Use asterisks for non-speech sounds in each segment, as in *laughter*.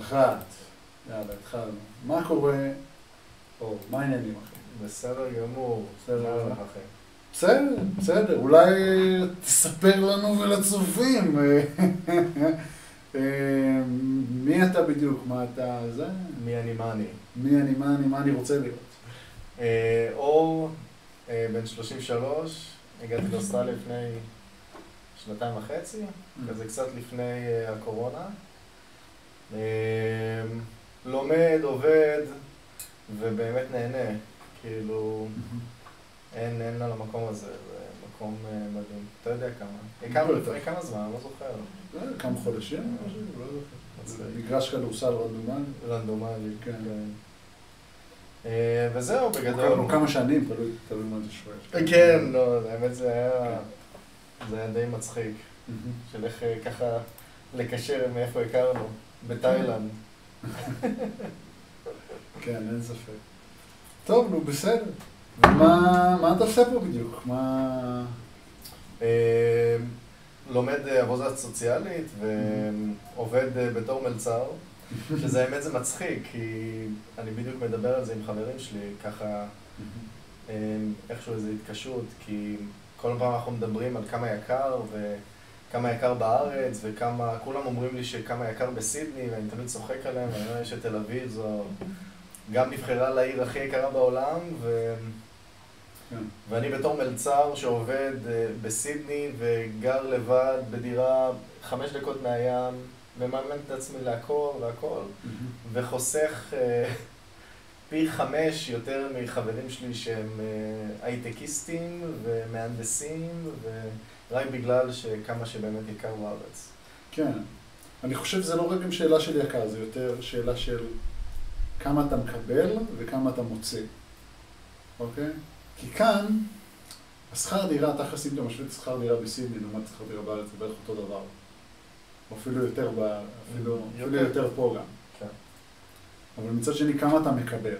אחת, יאללה, התחלנו. מה קורה, או מה העניינים אחי? בסדר גמור. בסדר מה גמור. לך, אחי? בסדר, בסדר, אולי תספר לנו ולצופים. *laughs* אה, אה, מי אתה בדיוק, מה אתה זה, מי אני מה אני? מי אני, מה אני, מה אני רוצה להיות. אה, אור, אה, בן 33, הגעתי לאוסטרליה לפני שנתיים וחצי, Mm. כזה קצת לפני אה, הקורונה. אה, לומד, עובד, ובאמת נהנה. כאילו, אין, אין על המקום הזה, זה מקום אה, מדהים. אתה יודע כמה. הכרנו לפני כמה זמן, אני לא זוכר. לא יודע, כמה חודשים, משהו, לא מצחיק. יודע. מגרש כדורסל רדומני. רנדומלי. כן. אה, וזהו, בגדול. כמה שנים, תלוי תלוי מה אתה שואל. כן, לא, האמת זה היה... זה היה די מצחיק, מהמם. של איך אה, ככה לקשר מאיפה הכרנו, בתאילנד. כן, אין ספק. טוב, נו, בסדר. ומה מה אתה עושה פה בדיוק? מה... אה, לומד אה, עבודה סוציאלית ועובד אה, בתור מלצר, שזה האמת זה מצחיק, כי אני בדיוק מדבר על זה עם חברים שלי, ככה אה, איכשהו איזו התקשרות, כי כל פעם אנחנו מדברים על כמה יקר וכמה יקר בארץ וכמה, כולם אומרים לי שכמה יקר בסידני ואני תמיד צוחק עליהם, אני אומר שתל אביב זו גם נבחרה לעיר הכי יקרה בעולם ו... כן. ואני בתור מלצר שעובד אה, בסידני וגר לבד בדירה חמש דקות מהים, מממן את עצמי להכל והכל, וחוסך אה, *laughs* פי חמש יותר מחברים שלי שהם אה, הייטקיסטים ומהנדסים, ורק בגלל שכמה שבאמת יקר בארץ. כן. אני חושב שזה לא רק גם שאלה של יקר, זה יותר שאלה של כמה אתה מקבל וכמה אתה מוצא, אוקיי? כי כאן, השכר דירה, תכלס אם אתה משווה את שכר דירה בסידני לעומת שכר דירה בארץ, זה בערך אותו דבר. או אפילו יותר, ב... אפילו, אפילו יותר. יותר פה גם. כן. אבל מצד שני, כמה אתה מקבל?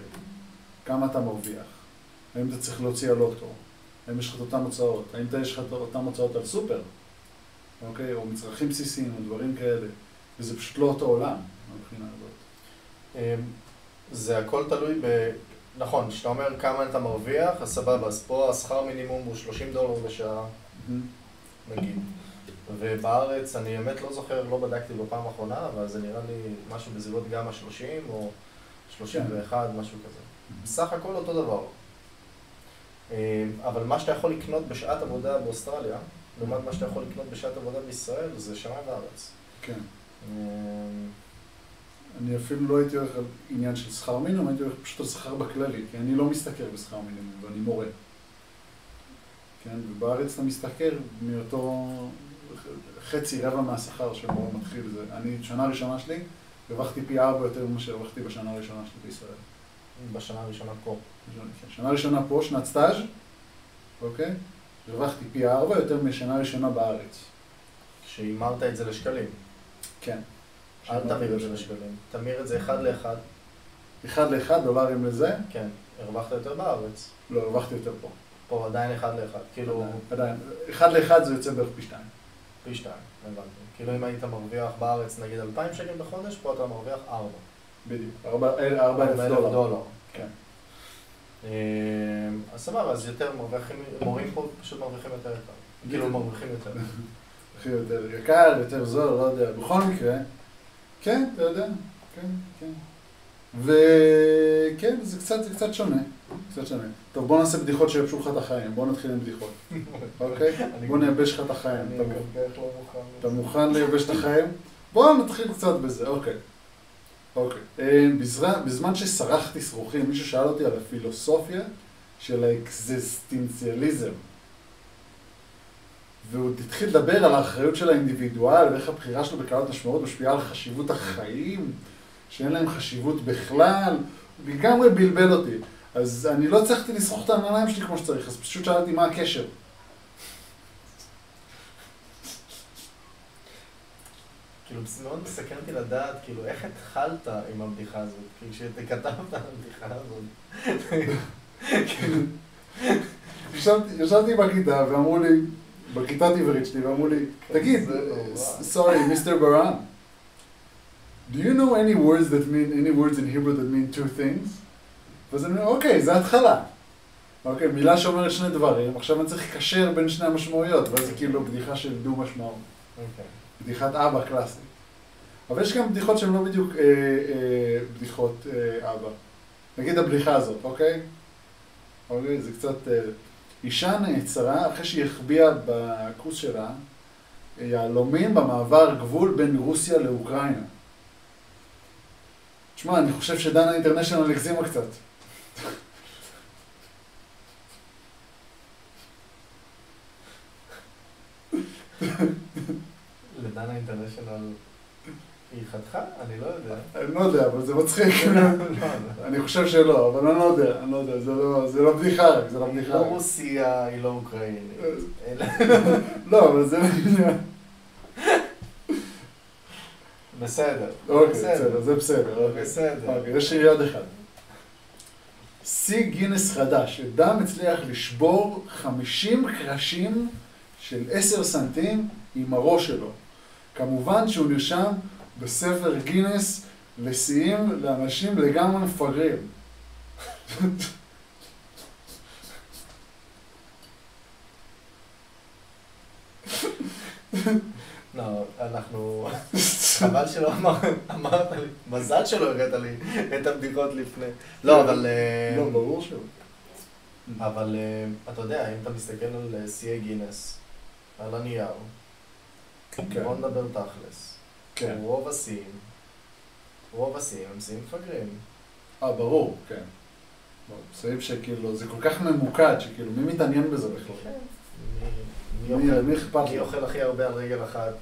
כמה אתה מרוויח? האם אתה צריך להוציא על אוטו? האם יש לך את אותן הוצאות? האם אתה- יש לך את אותן הוצאות על סופר? אוקיי? או מצרכים בסיסיים או דברים כאלה. וזה פשוט לא אותו עולם מבחינה הזאת. אה, זה הכל תלוי ב... נכון, כשאתה אומר כמה אתה מרוויח, אז סבבה, אז פה השכר מינימום הוא 30 דולר בשעה. נגיד. ובארץ, אני באמת לא זוכר, לא בדקתי בפעם האחרונה, אבל זה נראה לי משהו בסביבות גם ה-30 או 31, משהו כזה. בסך הכל אותו דבר. אה, אבל מה שאתה יכול לקנות בשעת עבודה באוסטרליה, לעומת מה שאתה יכול לקנות בשעת עבודה בישראל, זה שמיים וארץ. כן. אה, אני אפילו לא הייתי הולך על עניין של שכר מינימום, הייתי הולך פשוט על שכר בכללי, כי אני לא משתכר בשכר מינימום, ואני מורה. כן, ובארץ אתה משתכר מאותו חצי רבע מהשכר שבו מתחיל זה. אני, שנה ראשונה שלי, הרווחתי פי ארבע יותר ממה שהרווחתי בשנה הראשונה שלי בישראל. כן, בשנה הראשונה פה. שנה ראשונה פה, שנת סטאז', אוקיי? הרווחתי פי ארבע יותר משנה ראשונה בארץ. כשהימרת את זה לשקלים. כן. אל תמיר את זה לשקלים. תמיר את זה אחד לאחד. אחד לאחד, דולרים לזה, כן, הרווחת יותר בארץ. לא, הרווחתי יותר פה. פה עדיין אחד לאחד. כאילו... עדיין. אחד לאחד זה יוצא בערך פי שתיים. פי שתיים, הבנתי. כאילו אם היית מרוויח בארץ נגיד 2,000 שקל בחודש, פה אתה מרוויח 4. בדיוק. ארבע אה, ארבע אלף דולר. דולר. כן. אה, אז סבבה, אז יותר מרוויחים, מורים פה פשוט מרוויחים יותר יקר. כאילו מרוויחים יותר. הכי יותר יקר, יותר זול, לא יודע. בכל מקרה, כן, אתה יודע, כן, כן. וכן, זה קצת, זה קצת שונה. קצת שונה. טוב, בוא נעשה בדיחות שיבשו לך את החיים. בוא נתחיל עם *laughs* בדיחות, אוקיי? אני- כאילו- בוא נייבש לך את החיים. אני אתה מוכן? כל כך לא מוכן. אתה מוכן לייבש את החיים? בואו נתחיל קצת בזה, אוקיי. אוקיי. אה, בזר- בזמן שסרחתי שרוכים, מישהו שאל אותי על הפילוסופיה של האקזיסטנציאליזם. והוא התחיל לדבר על האחריות של האינדיבידואל ואיך הבחירה שלו בקלות משמעות משפיעה על חשיבות החיים, שאין להם חשיבות בכלל. הוא לגמרי בלבל אותי. אז אני לא הצלחתי לסרוך את העניים שלי כמו שצריך, אז פשוט שאלתי מה הקשר. כאילו מאוד מסקרן אותי לדעת, כאילו איך התחלת עם הבדיחה הזאת? כאילו כשכתבת על הבדיחה הזאת. ישבתי- ישבתי בכיתה ואמרו לי, בכיתת עברית שלי, ואמרו לי, תגיד, אה, זה נורא. סורי, מיסטר ברעם, Do you know any words that mean, any words in Hebrew that mean two things? ואז אני אומר, אוקיי, זה התחלה. אוקיי, מילה שאומרת שני דברים, עכשיו אני צריך לקשר בין שני המשמעויות, ואז זה כאילו בדיחה של דו משמעות. אוקיי. בדיחת אבא קלאסית. אבל יש גם בדיחות שהן לא בדיוק אה, אה, בדיחות אה, אבא. נגיד הבדיחה הזאת, אוקיי? אוקיי, זה קצת... אה, אישה נעצרה אחרי שהיא החביאה בכוס שלה אה, יהלומים במעבר גבול בין רוסיה לאוקראינה. תשמע, אני חושב שדנה אינטרנשיונל הגזימה קצת. לדנה אינטרנשיונל היא חתכה? אני לא *laughs* יודע. אני לא יודע, אבל זה מצחיק. *laughs* לא, אני חושב שלא, אבל אני לא יודע, אני לא יודע, זה לא, זה לא בדיחה רק, זה אה. לא היא בדיחה לא רק. רוסיה, היא לא אוקראינית. אלא- לא, אבל זה... *laughs* בסדר. אוקיי, בסדר. בסדר, זה בסדר. אוקיי. בסדר. אוקיי, יש לי יד אחד. שיא גינס חדש, אדם הצליח לשבור 50 קרשים של 10 סנטים עם הראש שלו. כמובן שהוא נרשם בספר גינס לשיאים לאנשים לגמרי מפגרים. לא, אנחנו... חבל שלא אמר- אמרת לי. מזל שלא הראת לי את הבדיחות לפני. לא, אבל... אה, לא, ברור שלא. אבל אה, אתה יודע, אם אתה מסתכל על אה, שיאי גינס, על הנייר, כן. בוא נדבר תכלס. כן. רוב השיאים, רוב השיאים הם שיאים מפגרים. אה, ברור, כן. לא, סעיף שכאילו, זה כל כך ממוקד, שכאילו, מי מתעניין בזה בכלל? מי- מי כן. מי אוכל- מי אכפת מי לו? אוכל הכי הרבה על רגל אחת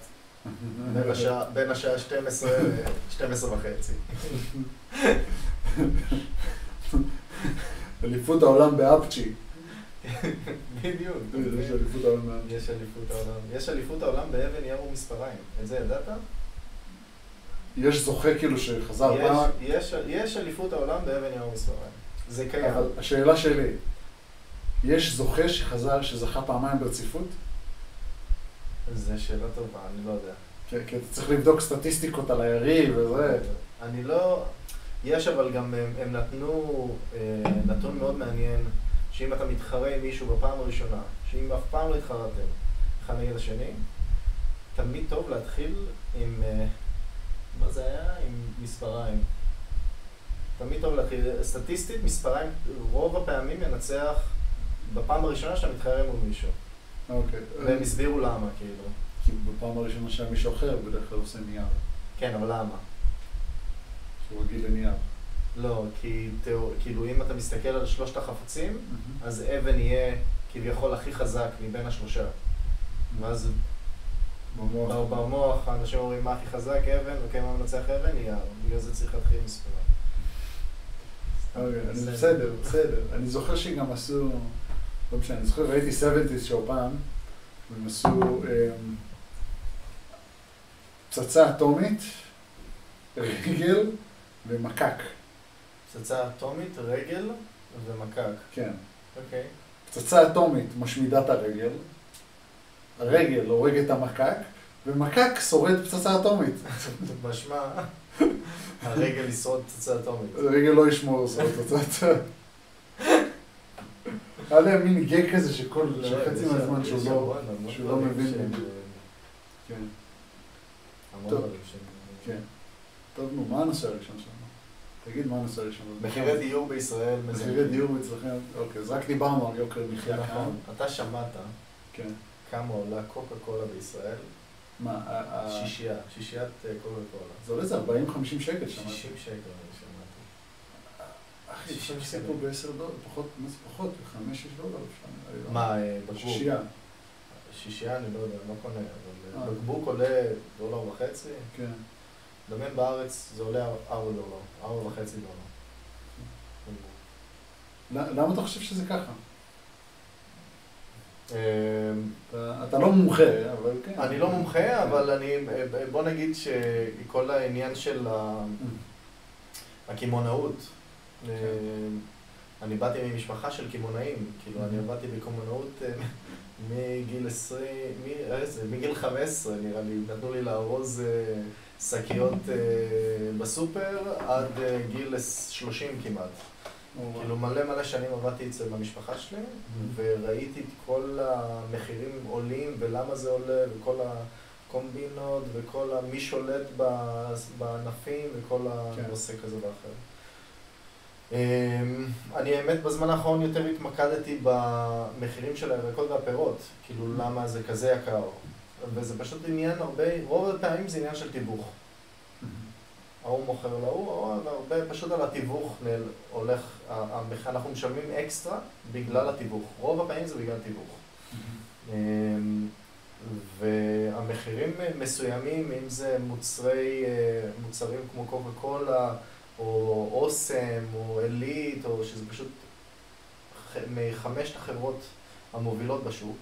בין השעה- בין השעה 12 ל-12 וחצי? *laughs* אליפות העולם באפצ'י. בדיוק. יש אליפות העולם באפצ'י. יש אליפות העולם. יש אליפות העולם באבן ים ומספריים. את זה ידעת? יש זוכה כאילו שחזר יש- פעם, יש- יש אליפות העולם באבן ים ומספריים. זה קיים. אבל השאלה שלי, יש זוכה שחזר, שזכה פעמיים ברציפות? זו שאלה טובה, אני לא יודע. כי כי אתה צריך לבדוק סטטיסטיקות על היריב וזה. אני לא... יש, אבל גם הם, הם נתנו אה, נתון מאוד מעניין, שאם אתה מתחרה עם מישהו בפעם הראשונה, שאם אף פעם לא התחרתם אחד נגד השני, תמיד טוב להתחיל עם... אה, מה זה היה? עם מספריים. תמיד טוב להתחיל. סטטיסטית, מספריים, רוב הפעמים ינצח בפעם הראשונה שאתה מתחרה מול מישהו. אוקיי. והם הסבירו למה, כאילו. כי בפעם הראשונה שהיה מישהו אחר, בדרך כלל עושה נייר. כן, אבל למה? שהוא רגיל לנייר. לא, כי תיאור- כאילו אם אתה מסתכל על שלושת החפצים, אז אבן יהיה כביכול הכי חזק מבין השלושה. ואז במוח. בר- במוח האנשים אומרים מה הכי חזק, אבן, וכן מה מנצח אבן, יהיה, בגלל זה צריך להתחיל עם ספרה. אוקיי, אני- בסדר, בסדר. אני זוכר שגם עשו, לא משנה, אני זוכר, ראיתי 70's שואו פעם, והם עשו אמ, פצצה אטומית, רגל ומקק, פצצה אטומית, רגל ומקק. כן. אוקיי. פצצה אטומית משמידה את הרגל, הרגל הורג את המקק, ומקק שורד פצצה אטומית. משמע, הרגל ישרוד פצצה אטומית. הרגל לא ישמור על שורד פצצה. היה להם מין גג כזה שכל, לא, שחצי יש- מהזמן יש שהוא לא... המון, המון שהוא לא דברים מבין. שהם- כן. המון טוב. דברים שהם... כן. טוב, נו, מה הנושא הראשון שלנו? תגיד מה הנושא הראשון. מחירי דיור בישראל מזנקים. מחירי דיור אצלכם, אוקיי, אז רק דיברנו על יוקר מחיה כאן. נכון. אתה שמעת כן. כמה עולה קוקה קולה בישראל? מה, ה- ה- שישייה, שישיית אה, קוקה קולה. זה עולה איזה 40-50 שקל שם. 60 שקל אני שמעתי. אחי, 60 60 שקל שקל. פה ב-10 דולר, פחות, מה זה פחות? 5-6 דולר אפשר נראה לי. לא? מה, אה, בקבוק? שישייה, שישייה, אני לא יודע, אני לא קונה, אבל אה, אה. בקבוק עולה דולר וחצי, כן. דמיין בארץ זה עולה 4 דולר, 4 וחצי דולר. בקבוק. ל- למה אתה חושב שזה ככה? אה, אתה- אתה לא מומחה, אבל כן. אני לא מומחה, אבל אני, אה, בוא נגיד שכל העניין של ה- הקמעונאות. אה, אני באתי ממשפחה של קמעונאים, כאילו אני עבדתי בקמעונאות אה, מגיל 20, מ- איזה, מגיל 15 נראה לי, נתנו לי לארוז אה, שקיות אה, בסופר עד אה, גיל 30 כמעט. כאילו Mm-hmm. מלא מלא שנים עבדתי אצל המשפחה שלי, וראיתי את כל המחירים עולים ולמה זה עולה, וכל הקומבינות, וכל ה- מי שולט ב- בענפים, וכל כן. הנושא כזה ואחר. אמ, אני האמת בזמן האחרון יותר התמקדתי במחירים של הירקות והפירות, כאילו למה זה כזה יקר, וזה פשוט עניין הרבה, רוב הפעמים זה עניין של תיווך. ההוא מוכר להוא, ההוא, אבל הרבה פשוט על התיווך נל, הולך, ה- המח- אנחנו משלמים אקסטרה בגלל התיווך, רוב הפעמים זה בגלל תיווך. אמ, והמחירים מסוימים, אם זה מוצרי, אה, מוצרים כמו קוקה קולה, או אוסם, או עילית, או שזה פשוט ח- מחמשת החברות המובילות בשוק.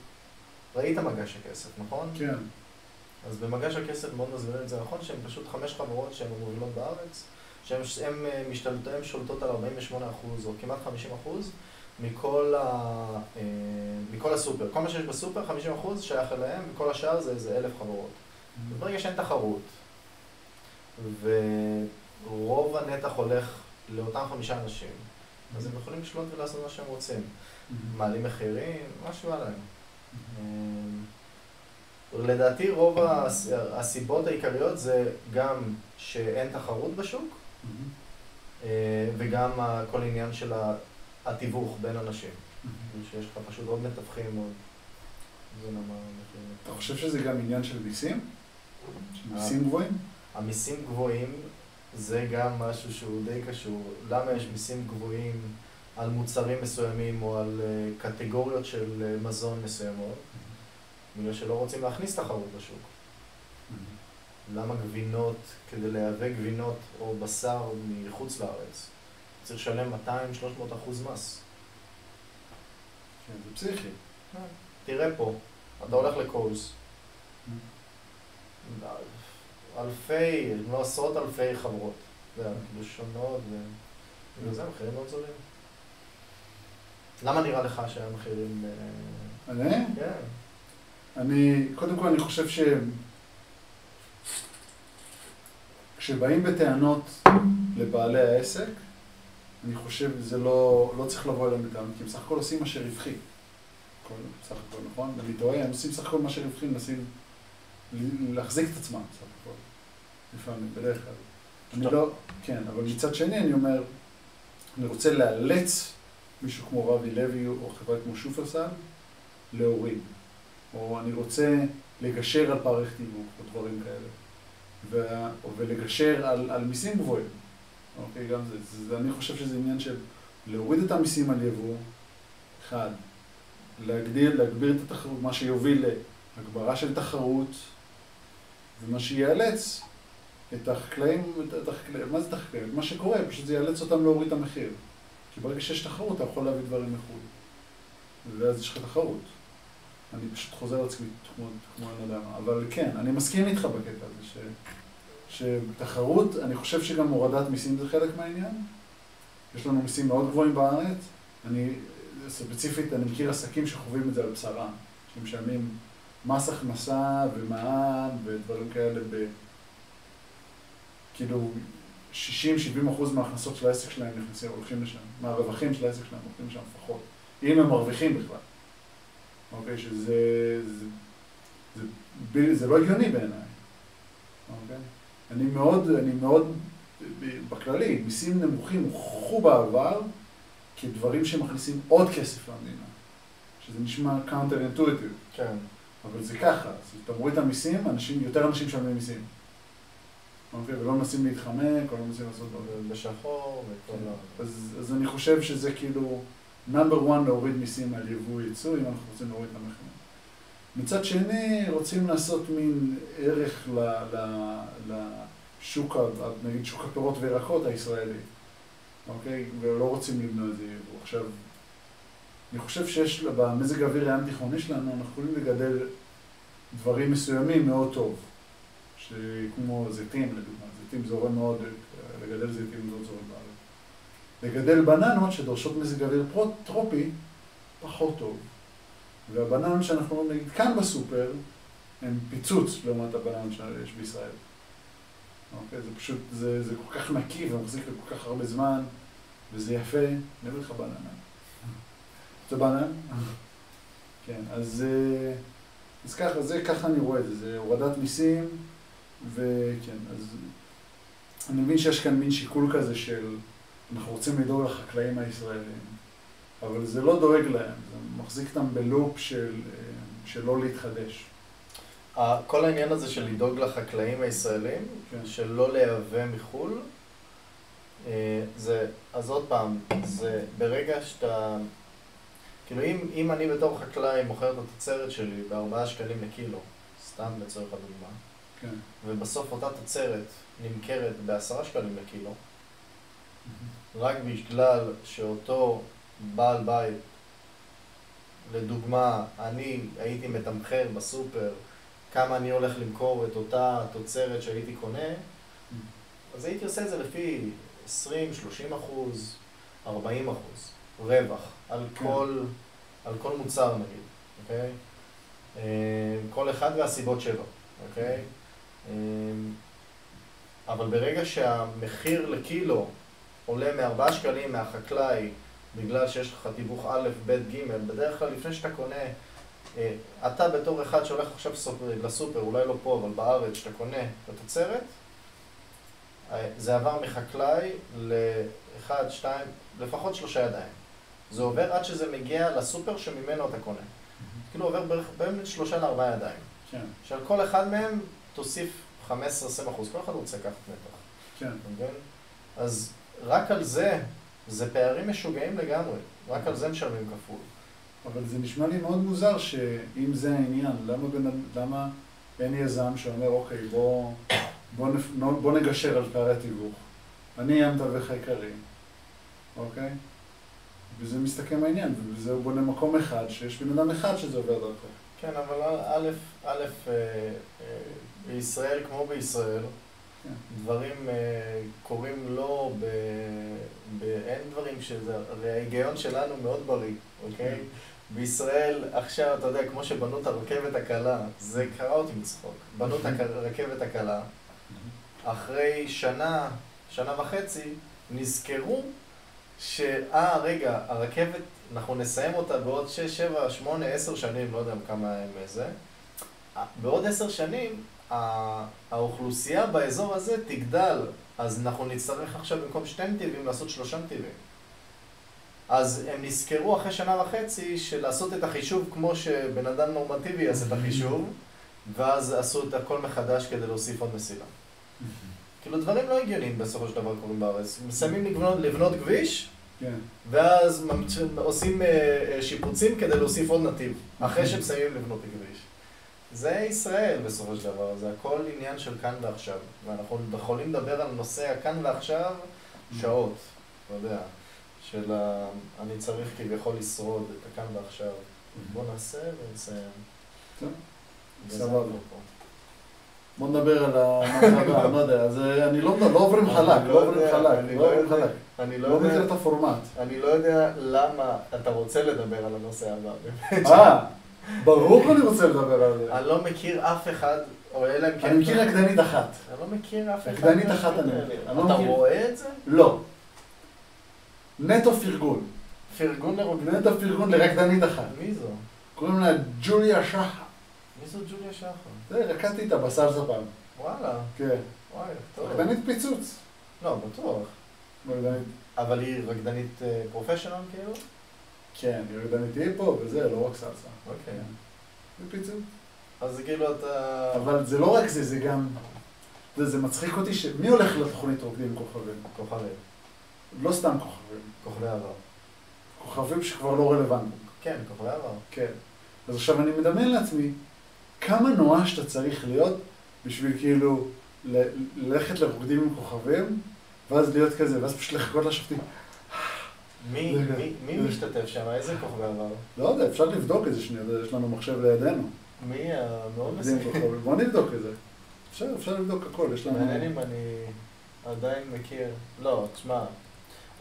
ראית מגש הכסף, נכון? כן, אז במגש הכסף מאוד מסבירים את זה נכון, שהן פשוט חמש חברות שהן המובילות בארץ, שהן שהן, אה, משתלטות, הן שולטות על 48% או כמעט 50% מכל, ה, אה, מכל הסופר. כל מה שיש בסופר, 50% שייך אליהם, וכל השאר זה איזה אלף חברות. Mm-hmm. כן. ברגע שאין תחרות, ורוב הנתח הולך לאותם חמישה אנשים, אז הם יכולים לשלוט ולעשות מה שהם רוצים. Mm-hmm. מעלים מחירים, מה שבא להם. אה, לדעתי רוב הס- הסיבות העיקריות זה גם שאין תחרות בשוק Mm-hmm. אה, וגם ה- כל עניין של ה- התיווך בין אנשים. Mm-hmm. כאילו שיש לך פשוט עוד מתווכים עוד. זה למה המחירים. אתה חושב שזה גם עניין של מיסים? של מיסים גבוהים? המיסים גבוהים זה גם משהו שהוא די קשור. למה יש מיסים גבוהים על מוצרים מסוימים או על אה, קטגוריות של אה, מזון מסוימות? בגלל שלא רוצים להכניס תחרות בשוק. למה גבינות, כדי לייבא גבינות או בשר מחוץ לארץ, צריך לשלם 200-300 אחוז מס. כן, זה פסיכי. תראה פה, אתה הולך לקורס. Mm. אלפי, אם לא עשרות אלפי חברות. אתה יודע, כאילו שונות, Mm. וזה המחירים מאוד זולים. למה נראה לך שהמחירים... אה, אני? כן, אני, קודם כל אני חושב ש... כשבאים בטענות לבעלי העסק, אני חושב זה לא, לא צריך לבוא אליהם בטענות, כי הם סך הכל עושים מה שרווחי. הכל בסך הכל, נכון? אני טועה, הם עושים סך הכל מה שרווחי, מנסים ל- להחזיק את עצמם בסך הכל. לפעמים, בדרך כלל. אני טוב. לא, כן, אבל מצד שני אני אומר, אני רוצה לאלץ מישהו כמו רבי לוי או חברה כמו שופרסל להוריד. או אני רוצה לגשר על פערי תיווך או דברים כאלה, ו, ולגשר על, על מיסים גבוהים. אוקיי, גם זה, זה, זה, אני חושב שזה עניין של להוריד את המיסים על יבוא, אחד, להגדיל, להגביר את התחרות, מה שיוביל להגברה של תחרות, ומה שיאלץ את החקלאים, את את החקלאים, מה זה את החקלאים? מה שקורה, פשוט זה יאלץ אותם להוריד את המחיר. כי ברגע שיש תחרות, אתה יכול להביא דברים מחו"ל. ואז יש לך תחרות. אני פשוט חוזר על עצמי כמו, כמו אני לא יודע מה. אבל כן, אני מסכים איתך בקטע הזה, ש, שתחרות, אני חושב שגם הורדת מיסים זה חלק מהעניין. יש לנו מיסים מאוד גבוהים בארץ. אני, ספציפית, אני מכיר עסקים שחווים את זה על בשרם, שמשלמים מס הכנסה ומע"מ ודברים כאלה ב... כאילו 60-70 אחוז מההכנסות של העסק שלהם נכנסים, הולכים לשם, מהרווחים של העסק שלהם הולכים לשם לפחות, אם הם מרוויחים בכלל. אוקיי, שזה... זה, זה, ב- זה לא הגיוני בעיניי. אוקיי? אני מאוד, אני מאוד, ב- בכללי, מיסים נמוכים הוכחו בעבר כדברים שמכניסים עוד כסף למדינה, שזה נשמע counter intuitive. כן. אבל זה ככה, אז אתה מוריד את המיסים, אנשים, יותר אנשים משלמים מיסים. אוקיי, ולא מנסים להתחמק, או לא מנסים לעשות דבר. בשחור וכל ה... אז, אז אני חושב שזה כאילו, נאמבר 1 להוריד מיסים על יבוא ייצוא, אם אנחנו רוצים להוריד את המחירים. מצד שני, רוצים לעשות מין ערך ל, ל, לשוק, ה- נגיד שוק הפירות והירקות הישראלי, אוקיי? ולא רוצים למנוע את זה יבוא. עכשיו, אני חושב שיש, לה- במזג האוויר הים תיכוני שלנו, אנחנו יכולים לגדל דברים מסוימים מאוד טוב, שכמו זיתים לדוגמה, זיתים זורם מאוד, אה, לגדל זיתים מאוד זורם בארץ. לגדל בננות שדורשות מזג אוויר פרו- טרופי פחות טוב. והבננות שאנחנו רואים נגיד כאן בסופר, הן פיצוץ לעומת הבננות שיש בישראל. אוקיי, זה פשוט, זה, זה כל כך נקי ומחזיק לכל כך הרבה זמן, וזה יפה, אני אביא לך בננה. אתה בנן? כן, אז, אה, אז ככה, זה ככה אני רואה את זה, זה הורדת מיסים, וכן, אז אני מבין שיש כאן מין שיקול כזה של אנחנו רוצים לדאוג לחקלאים הישראלים, אבל זה לא דואג להם, זה מחזיק אותם בלופ של, אה, של לא להתחדש. ה- כל העניין הזה של לדאוג לחקלאים הישראלים, כן. שלא לייבא מחו"ל, אה, זה, אז עוד פעם, זה ברגע שאתה, כאילו אם, אם אני בתור חקלאי מוכר את התוצרת שלי בארבעה שקלים לקילו, סתם לצורך הדוגמה, כן. ובסוף אותה תוצרת נמכרת בעשרה שקלים לקילו, רק בגלל שאותו בעל בית, לדוגמה, אני הייתי מתמחר בסופר כמה אני הולך למכור את אותה תוצרת שהייתי קונה, אז הייתי עושה את זה לפי 20, 30 אחוז, 40 אחוז רווח על כן. כל, על כל מוצר נגיד, אוקיי? אה, כל אחד והסיבות שלו, אוקיי? אה, אבל ברגע שהמחיר לקילו עולה מארבעה שקלים מהחקלאי בגלל שיש לך תיווך א', ב', ג', בדרך כלל לפני שאתה קונה, אה, אתה בתור אחד שהולך עכשיו סופ- לסופר, אולי לא פה, אבל בארץ, שאתה קונה את התוצרת, אה, זה עבר מחקלאי לאחד, שתיים, לפחות שלושה ידיים. זה עובר עד שזה מגיע לסופר שממנו אתה קונה. כאילו עובר בערך בין שלושה לארבעה ידיים. כן, שעל כל אחד מהם תוסיף 15-20 אחוז, כל אחד רוצה לקחת נתח. כן, אתה מבין? אז רק על זה, זה פערים משוגעים לגמרי, רק על זה משלמים כפול. אבל זה נשמע לי מאוד מוזר שאם זה העניין, למה, בן, אד- למה אין יזם שאומר, אוקיי, בוא, בוא, נפ, נו- בוא נגשר על פערי התיווך, אני אהיה המתווך העיקרי, אוקיי? וזה מסתכם העניין, ובזה הוא בונה מקום אחד, שיש בן אדם אחד שזה עובר דרכו. כן, אבל א', א', אה, אה, בישראל כמו בישראל, כן. דברים אה, קורים לא ב... ב... אין דברים שזה... הרי ההיגיון שלנו מאוד בריא, אוקיי? בישראל עכשיו, אתה יודע, כמו שבנו את הרכבת הקלה, זה קרה אותי מצחוק. בנו את הק- הרכבת הקלה, אחרי שנה, שנה וחצי, נזכרו שאה, רגע, הרכבת, אנחנו נסיים אותה בעוד 6, 7, 8, 10 שנים, לא יודע כמה הם זה. בעוד 10 שנים, ה- האוכלוסייה באזור הזה תגדל, אז אנחנו נצטרך עכשיו במקום שתי נתיבים לעשות שלושה נתיבים. אז הם נזכרו אחרי שנה וחצי שלעשות את החישוב כמו שבן אדם נורמטיבי יעשה את החישוב, ואז עשו את הכל מחדש כדי להוסיף עוד מסילה. כאילו דברים לא הגיוניים בסופו של דבר קורים בארץ. מסיימים לבנות, לבנות כביש, כן, ואז ממצ... עושים אה, אה, שיפוצים כדי להוסיף עוד נתיב, אוקיי. אחרי שמסיימים לבנות את הכביש. זה ישראל בסופו של דבר, זה הכל עניין של כאן ועכשיו. ואנחנו יכולים לדבר על נושא הכאן ועכשיו שעות, אתה יודע, של ה... אני צריך כביכול לשרוד את הכאן ועכשיו. בוא נעשה ונסיים. טוב. וזה סבבה. אנחנו פה. בוא נדבר על המחלה, לא יודע, זה, אני לא, לא עוברים חלק, אני לא עוברים יודע, חלק, אני לא עוברים יודע. חלק, אני לא לא יודע. מכיר את *laughs* הפורמט. אני לא יודע למה אתה רוצה לדבר על הנושא הבא. אה, ברור שאני רוצה לדבר על זה. אני לא מכיר אף אחד, או אלא אם כן... אני מכיר רקדנית אחת. אני לא מכיר אף אחד. רקדנית אחת מהשמות אני האלה. מכיר, אני לא אתה מכיר. רואה את זה? לא. נטו פרגון. פרגון לרוקדנית. נטו פרגון לרקדנית אחת. מי זו? קוראים לה ג'וליה שחר. מי זו ג'וליה שחר? זה, רקדתי איתה בסלסה פעם. וואלה, כן. וואי, טוב. רקדנית פיצוץ. לא, בטוח. לא רקדנית. אבל היא רקדנית אה, פרופשיונל כאילו? כן, היא רקדנית היפו וזה, לא רק סלסה. אוקיי. זה פיצוץ. אז כאילו אתה... אבל זה לא רק זה, זה גם... זה, זה מצחיק אותי ש... מי הולך לתוכנית רוקדים כוכבים? כוכבים, לא סתם כוכבים. כוכבי עבר. כוכבים שכבר לא רלוונטיים. כן, כוכבי עבר. כן. אז עכשיו אני מדמיין לעצמי, כמה נואש אתה צריך להיות בשביל כאילו ל- ללכת לרוקדים עם כוכבים, ואז להיות כזה, ואז פשוט לחכות לשופטים. מי- רגע. מי- מי משתתף שם? איזה כוכבי עבר? לא יודע, אפשר לבדוק את זה שנייה, יש לנו מחשב לידינו. מי המאוד רוקדים עם מסכים? כוכבים. בוא נבדוק את זה. אפשר, אפשר לבדוק הכל, יש לנו... מעניין אם אני עדיין מכיר. לא, תשמע,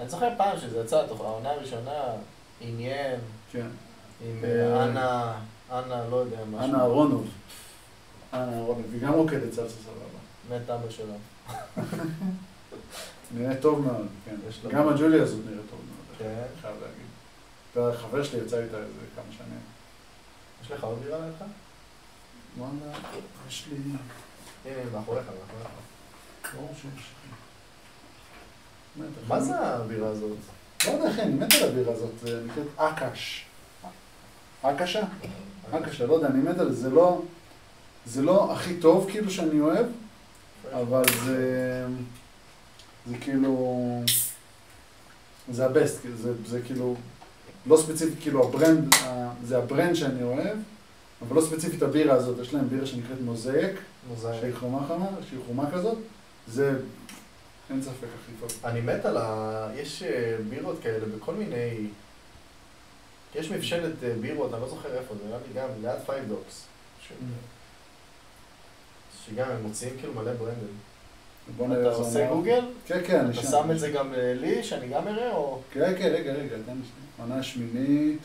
אני זוכר פעם שזה יצא, תוך העונה הראשונה, עניין, כן. עם אה, אה, אנה, אנה, לא יודע, משהו. אנה אהרונוב. אנה אהרונוב, היא גם רוקדת סלסה סבבה. מת אבא שלה. נראה טוב מאוד, כן. יש לה- גם הג'וליה הזאת נראית טוב מאוד, כן. אני חייב להגיד. אתה חבר שלי יצא איתה איזה כמה שנים. יש לך עוד בירה לידך? וואלה, יש לי... הנה, הנה, מאחוריך, מאחוריך. ברור שיש לי. באמת, מה אחי. זה הבירה הזאת? לא יודע, אחי, אני מת על הבירה הזאת, זה נקראת אקש. אקשה? אקשה, לא יודע, אני מת על זה. זה לא... זה לא הכי טוב, כאילו, שאני אוהב, אבל זה... זה כאילו... זה הבסט, כאילו, זה, זה כאילו... לא ספציפית, כאילו הברנד, ה- זה הברנד שאני אוהב, אבל לא ספציפית הבירה הזאת, יש להם בירה שנקראת מוזאיק, שהיא מוזאיק. חומה חמה, שהיא חומה כזאת, זה... אין ספק הכי טוב. אני מת על ה... יש אה, בירות כאלה בכל מיני... יש מבשלת אה, בירות, אני לא זוכר איפה, זה נראה לי גם ליד פייב דוקס. ש- שגם הם מוציאים כאילו מלא ברנדים. בוא נראה אתה איזה עושה עונה. גוגל? כן, כן, אני אתה שם את זה גם אה, לי, שאני גם אראה, או... כן, כן, רגע, רגע, תן לי שנייה. עונה שמינית.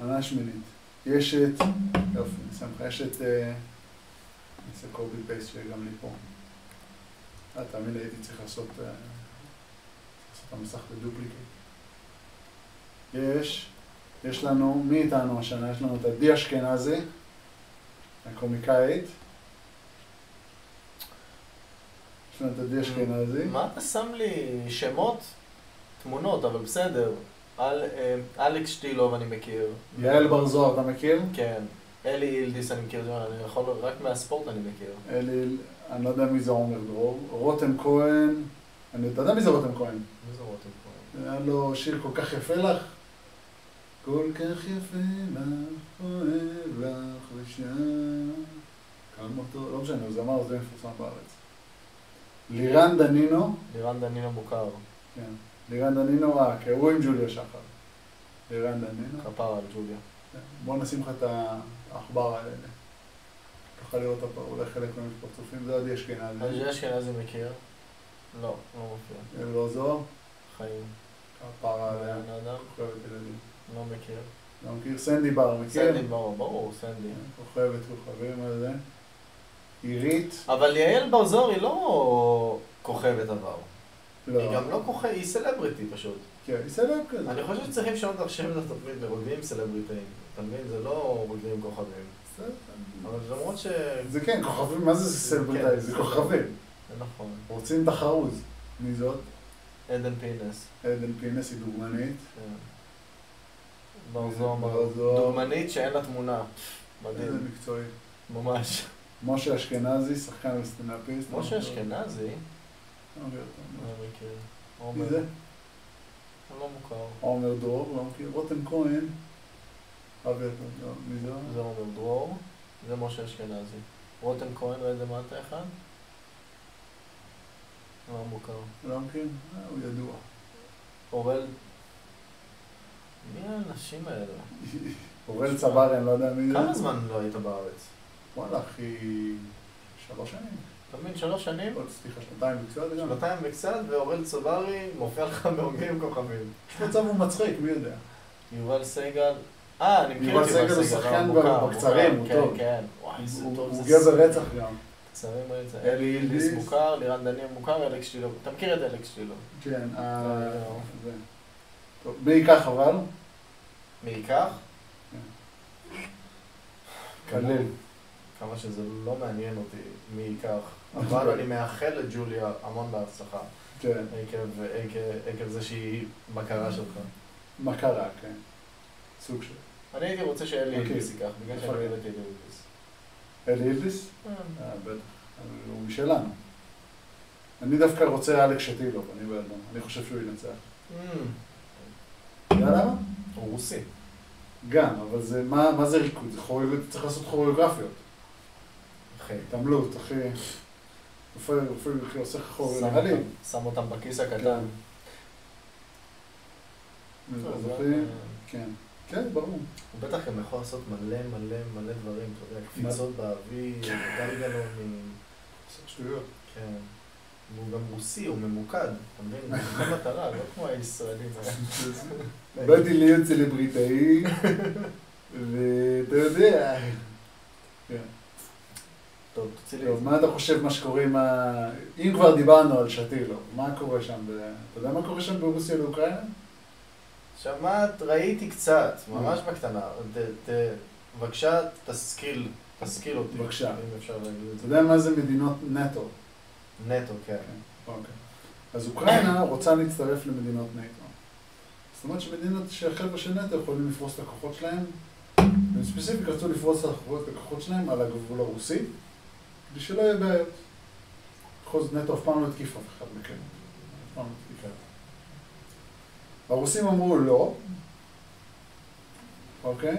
עונה שמינית. יש את... יופי, אני שם לך. יש את... אה, אני אעשה קובי פייסט שיהיה גם לי פה. אה, תאמין לי, הייתי צריך לעשות... אה, לעשות את המסך בדופליקט. יש... יש לנו... מי איתנו השנה? יש לנו את עדי אשכנזי, הקומיקאית. יש לנו את עדי אשכנזי. מה אתה שם לי שמות? תמונות, אבל בסדר. אל- אה, אלכס שטילוב אני מכיר. יעל בר זוהר, אתה מכיר? כן. אלי אילדיס אני מכיר, אני יכול, רק מהספורט אני מכיר. אלי, אני לא יודע מי זה עומר דרור, רותם כהן, אני אתה יודע מי זה רותם כהן? מי זה רותם כהן? היה לו שיר כל כך יפה לך, כל כך יפה לך, אוהב לך ושם, כמותו, לא משנה, הוא זמר, זה מפורסם בארץ. לירן דנינו, לירן דנינו מוכר, כן, לירן דנינו, אה, כן, הוא עם ג'וליה שחר. לירן דנינו. כן. כפרה על ג'וליה. בוא נשים לך את העכבר האלה. תוכל לראות אותו, אולי חלק מהמתפרצופים, זה כן, עדי אשכנזי. אג'י אשכנזי מכיר? לא, לא מופיע. אל בר זוהר. חיים. הפרה עליה, בן אדם? כוכבת ילדים. לא מכיר. אתה מכיר? סנדי בר, מכיר? סנדי ברור, ברור, סנדי. כוכבת כוכבים על זה. עירית? אבל יעל בר זוהר היא לא כוכבת עבר. היא גם לא כוכבת, היא סלבריטי פשוט. כן, היא סלב כזה. אני חושב שצריכים לשנות את השם לתוכנית לרודלים סלבריטאים. אתה מבין? זה לא רודלים כוכבים. בסדר. אבל למרות ש... זה כן, כוכבים, מה זה סלבריטאי? כן. זה כוכבים. זה נכון. רוצים תחרוז. מי זאת? עדן פינס. עדן פינס היא דוגמנית. כן. בר זוהר, בר זוהר. דוגמנית שאין לה תמונה. איזה מדהים, מקצועי. ממש. משה אשכנזי, שחקן וסטנדאפיסט. משה אשכנזי, לא מכיר אותו. אני לא מכיר. מי זה? הוא לא מוכר. עומר דרור, לא מכיר. רותם כהן. אבי, אתה יודע מי זה? זה עומר דרור, זה משה אשכנזי. רותם כהן, ראית למטה אחד? לא מוכר. לא מכיר? אה, הוא ידוע. אורל... מי האנשים האלה? לא. אוראל צברי, אני לא יודע מי זה. כמה זמן לא היית בארץ? וואלה, אחי, שלוש שנים. אתה מבין, שלוש שנים? עוד סליחה, שנתיים וקצת גם. שנתיים וקצת, ואורל צוברי מופיע לך בהוגים כוכבים. מצב הוא מצחיק, מי יודע. יובל סגל... אה, אני מכיר יובל את יובל סגל. סגל הוא שחקן מוכר, ב- מוכר, בקצרים, הוא כן, טוב. כן, וואי, זה הוא טוב. הוא זה גבר רצח גם. קצרים ראית, אלי אלי ילדיס. ילדיס מוכר, לירן דניאל מוכר, אלכס שילוב. אתה מכיר את אלכס שילוב. כן, אה... לא. זה. טוב, מי ייקח אבל? מי ייקח? כן. כמה- כלל. כמה שזה לא מעניין אותי מי ייקח. *laughs* אוקיי. אבל אני מאחל לג'וליה המון בהצלחה. כן, עקב- עקב- עקב זה שהיא בקרה אוקיי. שלך. מה קרה, כן. סוג של... אני הייתי רוצה שאלי אוקיי. ילדיס ייקח, בגלל שאני אוקיי. אוהב את אלי ילדיס. אלי אילביס? אה, בטח. אבל הוא משלנו. אני דווקא רוצה אלכס שטילוב, אני בעדו. אני חושב שהוא ינצח. Mm. אמ, אתה יודע למה? הוא רוסי. גם, אבל זה... מה מה זה ריקוד? זה חוריוגרפיה, צריך לעשות חוריוגרפיות. אחי. התעמלות, אחי. רופא, רופא, אחי, עושה לך חור שם נהלים. אותם- שם אותם בכיס נכון, כן. הקטן. אה, אתה טוב, זוכר? אבל- אה, כן. כן, ברור. אה, הוא בטח גם יכול לעשות מלא מלא מלא דברים, אתה יודע, קפיצות באוויר, גלגלונים, *laughs* שטויות. כן. והוא גם רוסי, הוא ממוקד, אתה *laughs* מבין? זה מטרה, לא כמו הישראלים. באתי להיות סלבריטאי, ואתה יודע. כן. טוב, תוציא לי את טוב, זה. מה אתה חושב מה שקורה עם ה... אם כבר דיברנו על שטילו, מה קורה שם? ב... אתה יודע מה קורה שם ברוסיה ואוקראינה? שמעת, ראיתי קצת, ממש בקטנה. ת, ת, בבקשה, תשכיל, תשכיל אותי. בבקשה. אם אפשר להגיד את אתה זה. יודע מה זה מדינות נטו? נטו, כן. אוקיי. אז אוקראינה רוצה להצטרף למדינות נטו. זאת אומרת שמדינות שהחבר'ה של נטו יכולים לפרוס את הכוחות שלהם, והם ספציפית רצו לפרוס את הכוחות- את הכוחות שלהם על הגבול הרוסי, כדי שלא יהיה בעיות. בכל זאת נטו אף פעם לא התקיף אף אחד מכם. אף פעם לא התקיף. הרוסים אמרו לא, אוקיי?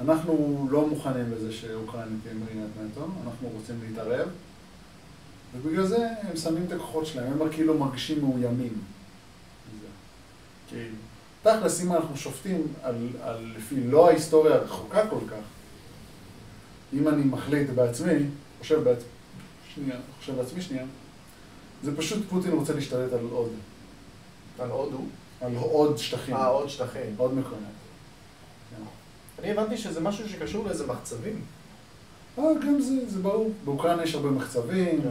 אנחנו לא מוכנים לזה שאוקראינה תהיה מדינת נטו, אנחנו רוצים להתערב. ובגלל זה הם שמים את הכוחות שלהם, הם כאילו מרגישים מאוימים. זה. כאילו, תכלס, אם אנחנו שופטים על, על לפי לא ההיסטוריה הרחוקה כל כך, אם אני מחליט בעצמי, חושב בעצמי, שנייה, חושב בעצמי שנייה, זה פשוט פוטין רוצה להשתלט על עוד, על הודו. על עוד שטחים, אה, עוד שטחים. עוד מקומות. כן. אני הבנתי שזה משהו שקשור לאיזה מחצבים. אה, גם זה, זה ברור. באוקראינה יש הרבה מחצבים, כן.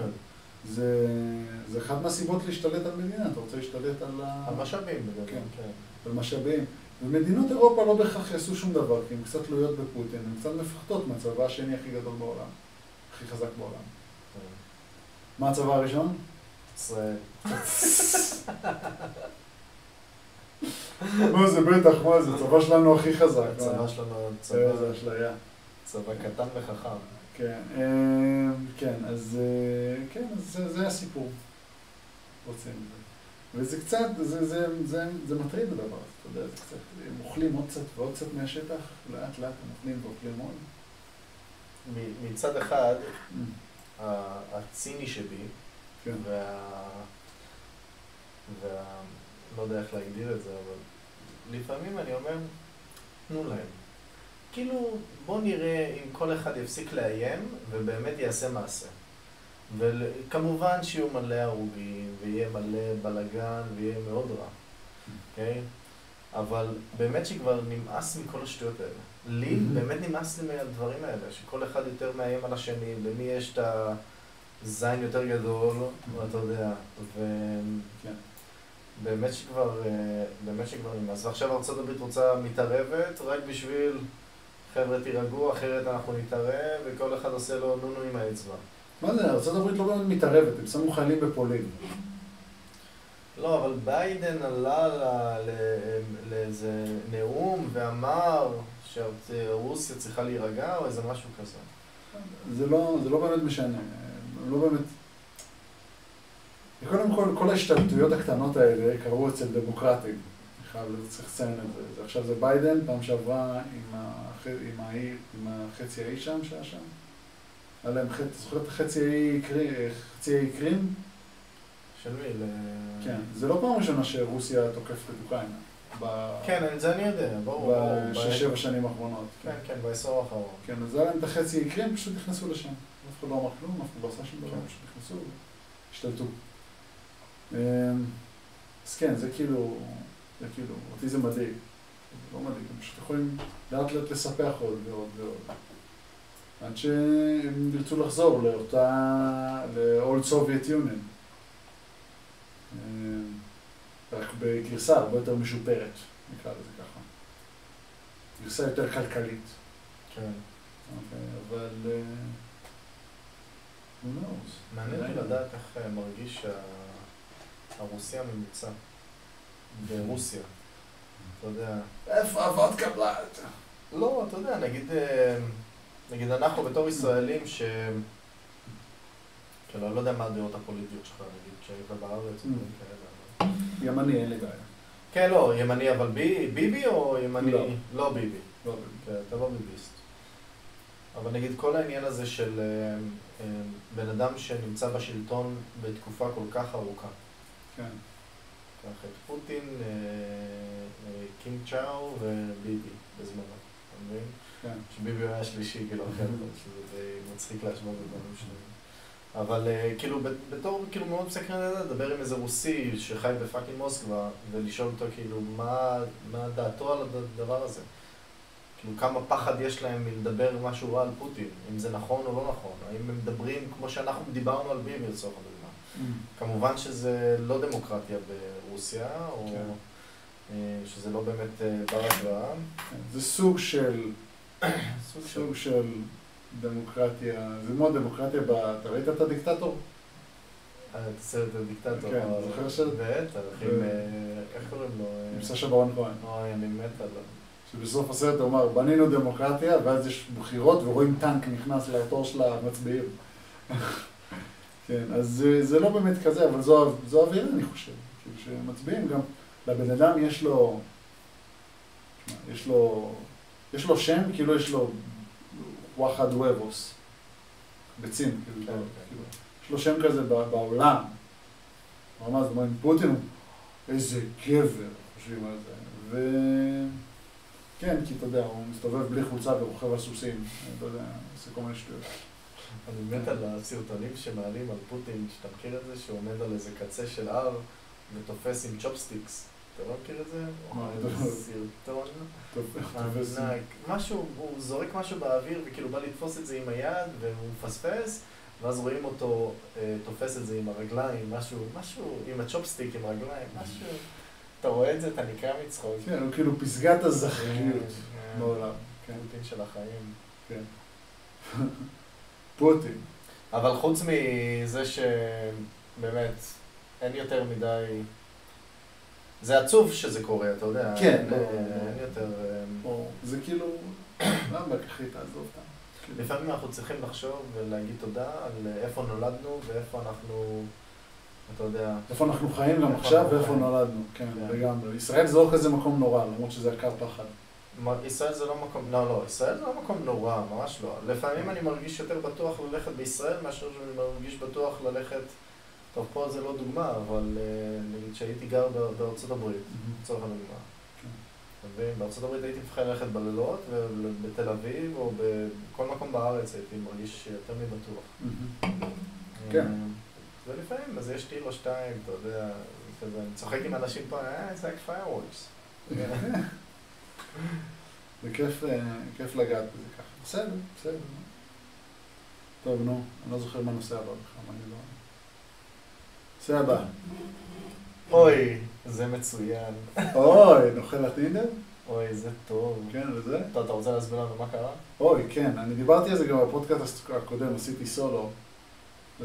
זה, זה אחת מהסיבות להשתלט על מדינה, אתה רוצה להשתלט על ה... המשאבים בגלל כן. כן. על משאבים. ומדינות אירופה לא בהכרח יעשו שום דבר, כי הן קצת תלויות בפוטין, הן קצת מפחדות מהצבא השני הכי גדול בעולם, הכי חזק בעולם. מה הצבא *laughs* הראשון? ישראל. מה זה בטח, מה זה, הצבא שלנו הכי חזק. הצבא שלנו, צבא זה צבא- אשליה. צבא קטן וחכם. כן, אה, כן, אז אה, כן, אז זה, זה הסיפור. רוצים את זה. וזה קצת, זה, זה, זה, זה מטריד הדבר הזה, אתה יודע, זה קצת, הם אוכלים עוד קצת ועוד קצת מהשטח, לאט לאט הם אוכלים ואוכלים עוד. מ- מצד אחד, ה- הציני שבי, כן. וה... וה... לא יודע איך להגדיר את זה, אבל לפעמים אני אומר, תנו להם. כאילו, בוא נראה אם כל אחד יפסיק לאיים ובאמת יעשה מעשה. וכמובן שיהיו מלא הרוגים, ויהיה מלא בלגן, ויהיה מאוד רע, אוקיי? אבל באמת שכבר נמאס מכל השטויות האלה. לי Mhm. באמת נמאס לי מהדברים האלה, שכל אחד יותר מאיים על השני, למי יש את ה... זין יותר גדול, אתה יודע, כן. ובאמת שכבר, אה, באמת שכבר נמאס. ועכשיו ארצות הברית רוצה מתערבת רק בשביל חבר'ה תירגעו, אחרת אנחנו נתערב, וכל אחד עושה לו נונו עם האצבע. מה זה, ארה"ב לא באמת מתערבת, הם שמו חיילים בפולין. לא, אבל ביידן עלה ל- ל- לאיזה נאום ואמר שרוסיה צריכה להירגע או איזה משהו כזה. זה לא, זה לא באמת משנה, הם לא באמת... קודם כל, כל ההשתלטויות הקטנות האלה קרו אצל דמוקרטים. אני חייב לצחצן את זה. זה. עכשיו זה ביידן, פעם שעברה עם, הח... עם, ההיא, עם החצי האי שם, שהיה שם. היה להם חצי, אתה זוכר את החצי האי קרי- חצי האי קרים? של מי? ל- כן. זה לא פעם ראשונה שרוסיה תוקפת את אוקראינה. ב... כן, את זה אני יודע, ברור. ברור, ב- בשש-שבע שנים האחרונות. כן, כן, בעשור האחרון. כן, אז היה להם את החצי עיקרים, פשוט נכנסו לשם. אף אחד לא אמר כלום, אף אחד לא עשה שום דבר, כן. פשוט נכנסו, השתלטו. אמ, אז כן, זה כאילו, זה כאילו, אותי זה מדאיג. זה לא מדאיג, הם פשוט יכולים לאט לאט לספח עוד ועוד ועוד. עד שהם ירצו לחזור לאותה, ל-old Soviet Union. אמ, רק בגרסה הרבה יותר משופרת, נקרא לזה ככה. גרסה יותר כלכלית. כן. אוקיי, אבל... אה, who knows? מעניין אותי אולי- לא. לדעת איך אה, מרגיש ה- הרוסי הממוצע ברוסיה. אתה יודע, איפה הוודקה בלאט? לא, אתה יודע, נגיד, אה, נגיד אנחנו בתור ישראלים ש... כאילו, אני לא יודע מה הדעות הפוליטיות שלך, נגיד, כשהיית בארץ, או Mm. דברים כאלה, אבל- גם אני, אין לי בעיה. כן, לא, ימני, אבל בי- ביבי או ימני? לא. לא ביבי. לא יודע. כן, אתה לא ביביסט. אבל נגיד כל העניין הזה של אה, אה, בן אדם שנמצא בשלטון בתקופה כל כך ארוכה. כן. קח את פוטין, אה, אה, קים צ'או וביבי בזמנו, אתה מבין? כן. שביבי היה השלישי, כאילו, אחרת, שזה די מצחיק להשוות את הדברים שלהם. אבל אה, כאילו, ב- בתור, כאילו, מאוד מסקרן לדעת, לדבר עם איזה רוסי שחי בפאקינג מוסקבה, ולשאול אותו, כאילו, מה, מה דעתו על הדבר הזה. כי כאילו כמה פחד יש להם מלדבר משהו רע על פוטין, אם זה נכון או לא נכון, האם הם מדברים כמו שאנחנו דיברנו על ביבי לצורך הדוגמה. כמובן שזה לא דמוקרטיה ברוסיה, או כן. אה, שזה לא באמת אה, בר השוואה. כן, זה סוג של, סוג של... סוג של דמוקרטיה, זה כמו דמוקרטיה, ב... אתה ראית את הדיקטטור? אה, את הסרט הדיקטטור. כן, זוכר ש- בטח, ו- עם... אה, איך קוראים לו? אה, עם סשה ברון כהן. אוי, אני מת עליו. שבסוף הסרט הוא אמר, בנינו דמוקרטיה, ואז יש בחירות ורואים טנק נכנס לתור של המצביעים. כן, אז זה, זה לא באמת כזה, אבל זו, זו אווירה, אני חושב. כאילו שמצביעים גם, לבן אדם יש לו, תשמע, יש לו, יש לו שם, כאילו יש לו וואחד וובוס, ביצים, כאילו, כן, כאילו, יש לו שם כזה ב- בעולם. ממש, אומרים, פוטין, איזה גבר, חושבים על זה. ו... כן, כי אתה יודע, הוא מסתובב בלי חולצה ורוכב על סוסים, אתה יודע, עושה כל מיני שטויות. אני מת על הסרטונים שמעלים על פוטין, שאתה מכיר את זה, שהוא עומד על איזה קצה של הר ותופס עם צ'ופסטיקס. אתה לא מכיר את זה? מה, הוא לא. סרטון טוב, אה, תופס- ענק. משהו, הוא זורק משהו באוויר וכאילו בא לתפוס את זה עם היד והוא מפספס. ואז רואים אותו אה, תופס את זה עם הרגליים, משהו, משהו, עם הצ'ופסטיק, עם הרגליים, משהו. אתה רואה את זה, אתה נקרע מצחוק. כן, הוא כאילו פסגת הזכריות כן, בעולם, כן, פוטין של החיים. פוטין. אבל חוץ מזה שבאמת אין יותר מדי... זה עצוב שזה קורה, אתה יודע. כן, אין, ברור, אה, אין ברור. יותר... אה, או, זה כאילו, *coughs* למה קחי תעזוב אותם? כאילו, לפעמים אנחנו צריכים לחשוב ולהגיד תודה על איפה נולדנו ואיפה אנחנו, אתה יודע, איפה אנחנו חיים גם איפה עכשיו אנחנו ואיפה חיים. נולדנו, כן, כן. לגמרי. ישראל זה לא כזה מקום נורא, למרות שזה הכר פחד. מה- ישראל זה לא מקום, לא, לא, ישראל זה לא מקום נורא, ממש לא. לפעמים אני מרגיש יותר בטוח ללכת בישראל מאשר שאני מרגיש בטוח ללכת, טוב, פה זה לא דוגמה, אבל אה, נגיד שהייתי גר בא- בארצות הברית, לצורך הדוגמה. כן. אתה מבין? בארצות הברית הייתי מפחד ללכת בלילות, ובתל אביב או בכל מקום בארץ הייתי מרגיש יותר מבטוח. Mm-hmm. כן. אה, ולפעמים, אז יש טיל או שתיים, אתה יודע, זה כזה, אני צוחק עם אנשים פה, אה, זה רק פיירוורקס. זה כיף, אה, כיף לגעת בזה ככה. בסדר, בסדר. טוב, נו, אני לא זוכר מה הנושא הבא בכלל, מה אני לא... נושא הבא. *laughs* אוי, זה מצוין. אוי, נוכל הטינדר? אוי, זה טוב. כן, וזה? אתה אתה רוצה להסביר לנו מה קרה? אוי, כן, אני דיברתי על זה גם בפודקאסט הקודם, עשיתי סולו,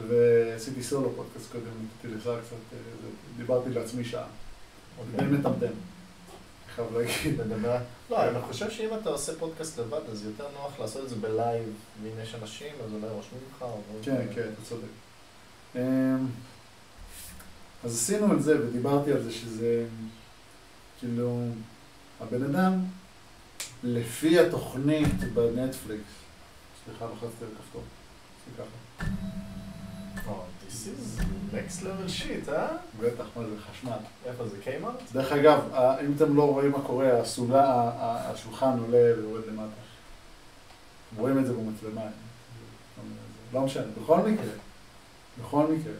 ועשיתי סולו פודקאסט קודם, נתתי לך קצת, אה, זה- דיברתי לעצמי שעה. זה די מטמטם, אני חייב להגיד. אוקיי. לדבר. לא, אני חושב שאם אתה עושה פודקאסט לבד, אז יותר נוח לעשות את זה בלייב, ואם יש אנשים, אז אולי רושמים לך. או לא כן, יודע. כן, אתה צודק. אמ, אז עשינו את זה, ודיברתי על זה שזה, כאילו, הבן אדם, לפי התוכנית בנטפליקס, סליחה, לחצתי על כפתור, עשיתי ככה, Oh, this is next level shit, אה? בטח, מה זה, חשמל. איפה זה, קיימארט? דרך אגב, ה- אם אתם לא רואים מה קורה, הסולה, ה- ה- השולחן עולה ויורד למטה. רואים את זה במצלמה. לא משנה, בכל מקרה. בכל מקרה.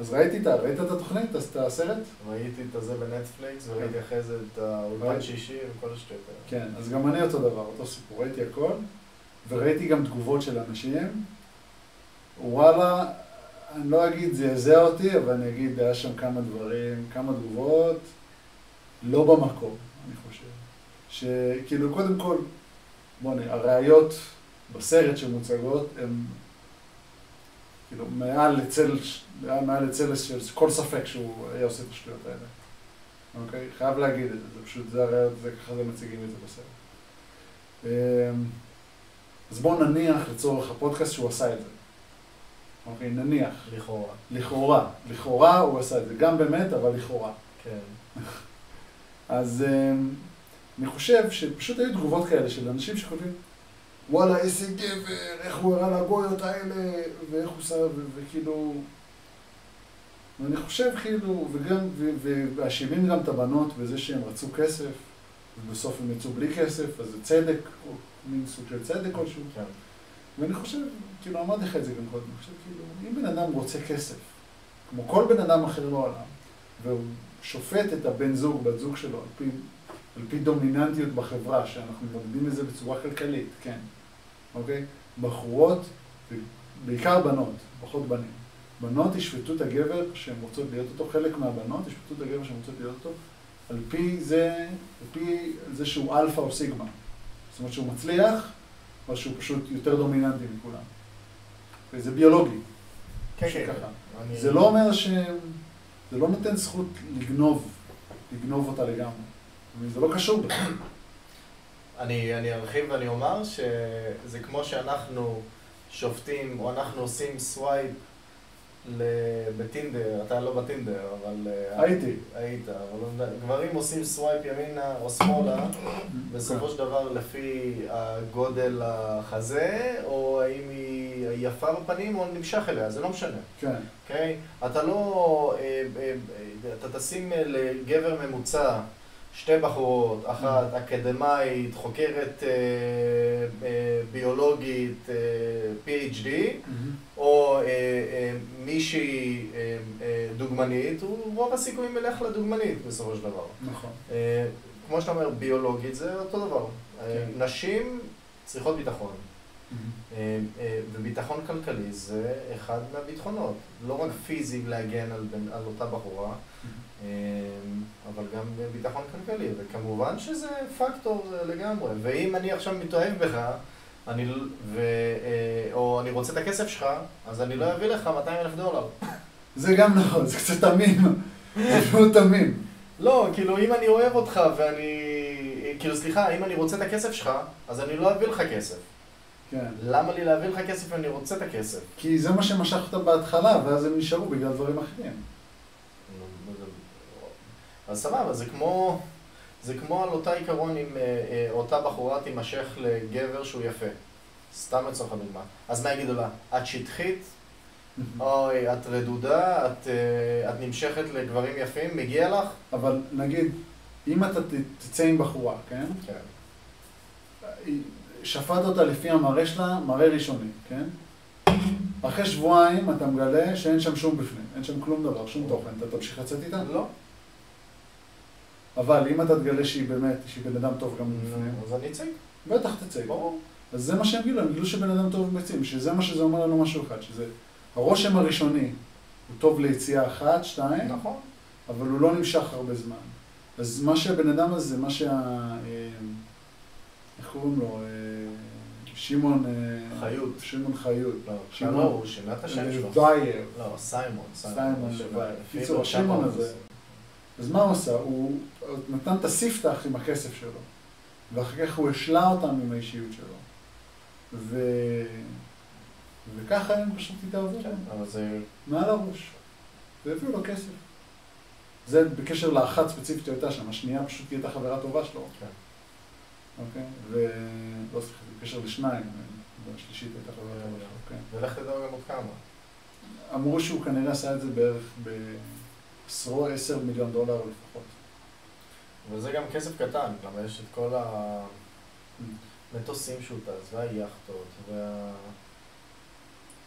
אז ראיתי את ה- ראית את התוכנית, אז את הסרט? ראיתי את הזה בנטפליקס, כן. וראיתי אחרי זה את האולפן ראיתי. שישי וכל השטויות האלה. כן, אז גם אני אותו דבר, אותו סיפור, ראיתי הכל, וראיתי גם תגובות של אנשים. וואלה, אני לא אגיד זעזע אותי, אבל אני אגיד, היה שם כמה דברים, כמה תגובות, לא במקום, אני חושב. שכאילו, קודם כל, בוא'נה, הראיות בסרט שמוצגות הן כאילו מעל לצל, מעל לצל של כל ספק שהוא היה עושה את השטויות האלה. אוקיי? חייב להגיד את זה, זה פשוט, זה הראיות, זה ככה זה מציגים את זה בסרט. אמ, אז בואו נניח לצורך הפודקאסט שהוא עשה את זה. אוקיי, נניח. לכאורה. לכאורה. לכאורה הוא עשה את זה. גם באמת, אבל לכאורה. כן. אז אמ, אני חושב שפשוט היו תגובות כאלה של אנשים שכותבים, וואלה, איזה גבר, איך הוא הראה לגויות האלה, ואיך הוא שם, ו- וכאילו... ואני חושב כאילו, וגם, ו- ו- ואשימים גם את הבנות בזה שהם רצו כסף, ובסוף הם יצאו בלי כסף, אז זה צדק, או מין סוג של צדק כלשהו. כן. ואני חושב, כאילו, אמרתי לך את זה גם קודם, אני חושב, כאילו, אם בן אדם רוצה כסף, כמו כל בן אדם אחר בעולם, והוא שופט את הבן זוג, בת זוג שלו, על פי על פי דומיננטיות בחברה, שאנחנו מודדים את זה בצורה כלכלית, כן, אוקיי? בחורות, בעיקר בנות, פחות בנים. בנות ישפטו את הגבר שהן רוצות להיות אותו, חלק מהבנות ישפטו את הגבר שהן רוצות להיות אותו, על פי זה, על פי זה שהוא אלפא או סיגמה. זאת אומרת שהוא מצליח, או שהוא פשוט יותר דומיננטי מכולם. וזה ביולוגי. כן, פשוט כן. ככה. אני- זה לא אומר ש... זה לא נותן זכות לגנוב, לגנוב אותה לגמרי. זאת אומרת, זה לא קשור בכלל. אני, אני ארחיב ואני אומר שזה כמו שאנחנו שופטים, או אנחנו עושים סווייפ ל... בטינדר, אתה לא בטינדר, אבל... אה, הייתי. היית, אבל לא יודע, גברים עושים סווייפ ימינה או שמאלה, בסופו של דבר לפי הגודל החזה, או האם היא יפה בפנים או נמשך אליה, זה לא משנה. כן, אוקיי? אתה לא... אה, אה, אה, אתה תשים אה, לגבר ממוצע שתי בחורות, אחת אקדמאית, חוקרת אה, אה, ביולוגית, אה, PhD, או אה, אה, מישהי אה, אה, דוגמנית, הוא- רוב הסיכויים ילך לדוגמנית בסופו של דבר. נכון. אה, כמו שאתה אומר, ביולוגית זה אותו דבר. אה, כן. נשים צריכות ביטחון. אה, אה, וביטחון כלכלי זה אחד מהביטחונות. לא רק פיזי להגן על, בן- על אותה בחורה, אה, אבל גם ביטחון כלכלי. וכמובן שזה פקטור אה, לגמרי. ואם אני עכשיו מתאהב בך, אני, ל- ו, אה, או אני רוצה את הכסף שלך, אז אני לא אביא לך 200 אלף דולר. זה גם נכון, זה קצת תמים. זה כן. פשוט תמים. לא, כאילו, אם אני אוהב אותך ואני... כאילו, סליחה, אם אני רוצה את הכסף שלך, אז אני לא אביא לך כסף. כן. למה לי להביא לך כסף אם אני רוצה את הכסף? כי זה מה שמשך אותם בהתחלה, ואז הם נשארו בגלל דברים אחרים. נו, זה- אז סבבה, זה כמו, זה כמו על אותה עיקרון אם אה, אה, אותה בחורה תימשך לגבר שהוא יפה. סתם לצורך הדוגמה. אז מה יגידו לה? את שטחית? אוי, את רדודה? את, אה, את נמשכת לגברים יפים? מגיע לך? אבל נגיד, אם אתה ת- תצא עם בחורה, כן? כן. שפט אותה לפי המראה שלה, מראה ראשוני, כן? אחרי שבועיים אתה מגלה שאין שם שום בפנים, אין שם כלום דבר, שום תוכן, אתה תמשיך לצאת איתה? לא. אבל אם אתה תגלה שהיא באמת, שהיא בן אדם טוב גם אה? בפנים, אז אני אצא, בטח תצא. ברור. אז זה מה שהם גילו, הם גילו שבן אדם טוב בביצים, שזה מה שזה אומר לנו משהו אחד, שזה הרושם הראשוני הוא טוב ליציאה אחת, שתיים, נכון. אבל הוא לא נמשך הרבה זמן. אז מה שהבן אדם הזה, מה שה... אה, איך קוראים לו? אה, שמעון... אה, חיות. שמעון חיות. אה, לא, שמעון. לא, הוא שינה את השם שלו. לבייר. לא, סיימון. סיימון שינה. לוואי. לפי קיצור, דרשת השמעון האורס. הזה. אז מה הוא עשה? הוא נתן את הספתח עם הכסף שלו, ואחר כך הוא השלה אותם עם האישיות שלו. ו... וככה הם פשוט התאהבו כן, בהם, אבל זה מעל הראש. והביאו לו כסף. זה בקשר לאחת ספציפית שהייתה שם, השנייה פשוט הייתה חברה טובה שלו. כן. אוקיי? ו... לא סליחה, בקשר לשניים, והשלישית הייתה חברה טובה שלו, אוקיי? ולך תדע גם עוד כמה. אמרו שהוא כנראה עשה את זה בערך בעשרו עשר מיליון דולר לפחות. וזה גם כסף קטן, למה יש את כל המטוסים שהוא טס, והיאכטות, וה...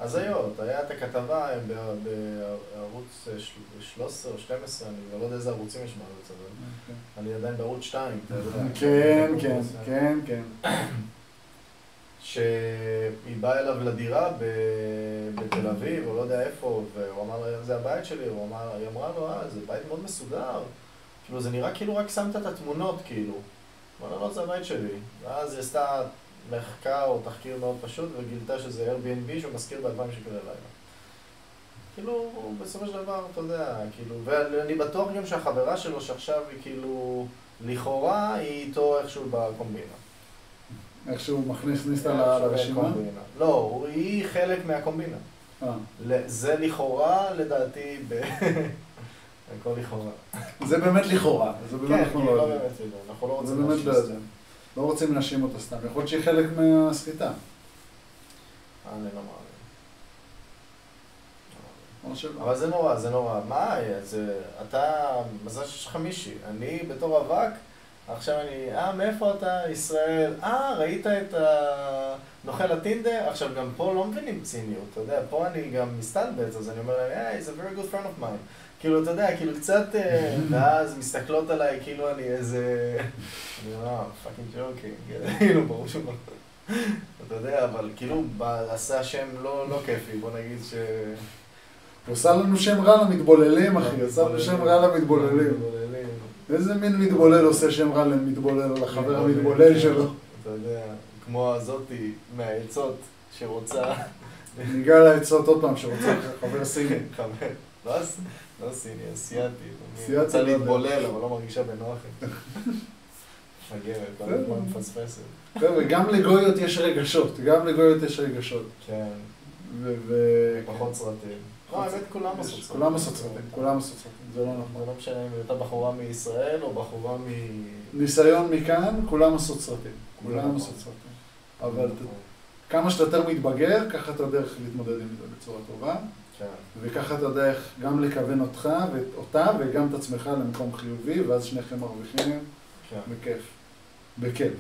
הזיות, היה את הכתבה ב- בערוץ של- 13 או 12, אני כבר לא יודע איזה ערוצים יש בערוץ הזה, אני עדיין בערוץ 2, אתה יודע. כן, כן, כן, כן. שהיא באה אליו לדירה ב- בתל אביב, או לא יודע איפה, והוא אמר לה, זה הבית שלי, הוא אמר, היא אמרה לו, אה, זה בית מאוד מסודר. כאילו, זה נראה כאילו רק שמת את התמונות, כאילו. הוא אמר לה, לא, זה הבית שלי. ואז היא עשתה מחקר או תחקיר מאוד פשוט, וגילתה שזה Airbnb שמשכיר ב-2,000 שקל ללילה. כאילו, הוא בסופו של דבר, אתה יודע, כאילו, ואני בטוח גם שהחברה שלו שעכשיו היא כאילו, לכאורה, היא איתו איכשהו בקומבינה. כן. איך שהוא מכניס ניסתה כן, ל- לרשימה. הקומבינה. אה, לא, הוא- היא חלק מהקומבינה. אה, ל- זה לכאורה, לדעתי, ב... *laughs* הכל לכאורה. זה באמת לכאורה, זה באמת כן, כי אנחנו לא לא יודעים. באמת יודעים, אנחנו לא זה רוצים באמת לא להשמיץ את זה. יודעים. לא רוצים להאשים אותה סתם, יכול להיות שהיא חלק מהסחיטה, אני לא מאמין. או שלא. אבל זה נורא, זה נורא. מה, זה... אתה... מזל שיש לך מישהי. אני בתור אבק, עכשיו אני... אה, מאיפה אתה? ישראל. אה, ראית את הנוכל הטינדר? עכשיו, "אה, גם פה לא מבינים ציניות, אתה יודע, פה אני גם מסתלבט, אז אני אומר להם, היי, hey, he's a very good friend of mine. כאילו, אתה יודע, כאילו קצת, אה, ואז מסתכלות עליי, כאילו אני איזה... אני אומר, פאקינג ג'וקינג, כאילו, ברור שלא. אתה יודע, אבל כאילו, בא- עשה שם לא לא כיפי, בוא נגיד ש... הוא עשה לנו שם רע למתבוללים, אחי, עשה לנו שם רע למתבוללים. מתבוללים. איזה מין מתבולל עושה שם רע למתבולל, לחבר המתבולל שלו? אתה יודע, כמו הזאתי מהעצות שרוצה... ניגע לעצות עוד פעם, שרוצה חבר סיני. חבר. לא הס- לא סיני, אסיאתי. אסיאתי, רוצה לא יודע. להתבולל, אבל לא מרגישה בנוח. מגרת, כל הזמן מפספסת. חבר'ה, גם לגויות יש רגשות, גם לגויות יש רגשות. כן, ו... ו- פחות סרטים. לא, האמת, כולם עשו סרטים. כולם עשו סרטים, כולם עשו סרטים, זה לא נכון. זה לא משנה אם הייתה בחורה מישראל או בחורה מ... ניסיון מכאן, כולם עשו סרטים. כולם עשו סרטים. אבל ת- כמה שאתה יותר מתבגר, ככה אתה יודע איך להתמודד עם זה בצורה טובה, כן, וככה אתה יודע איך גם לכוון אותך ואותה וגם את עצמך למקום חיובי, ואז שניכם מרוויחים כן. בכיף. בכיף.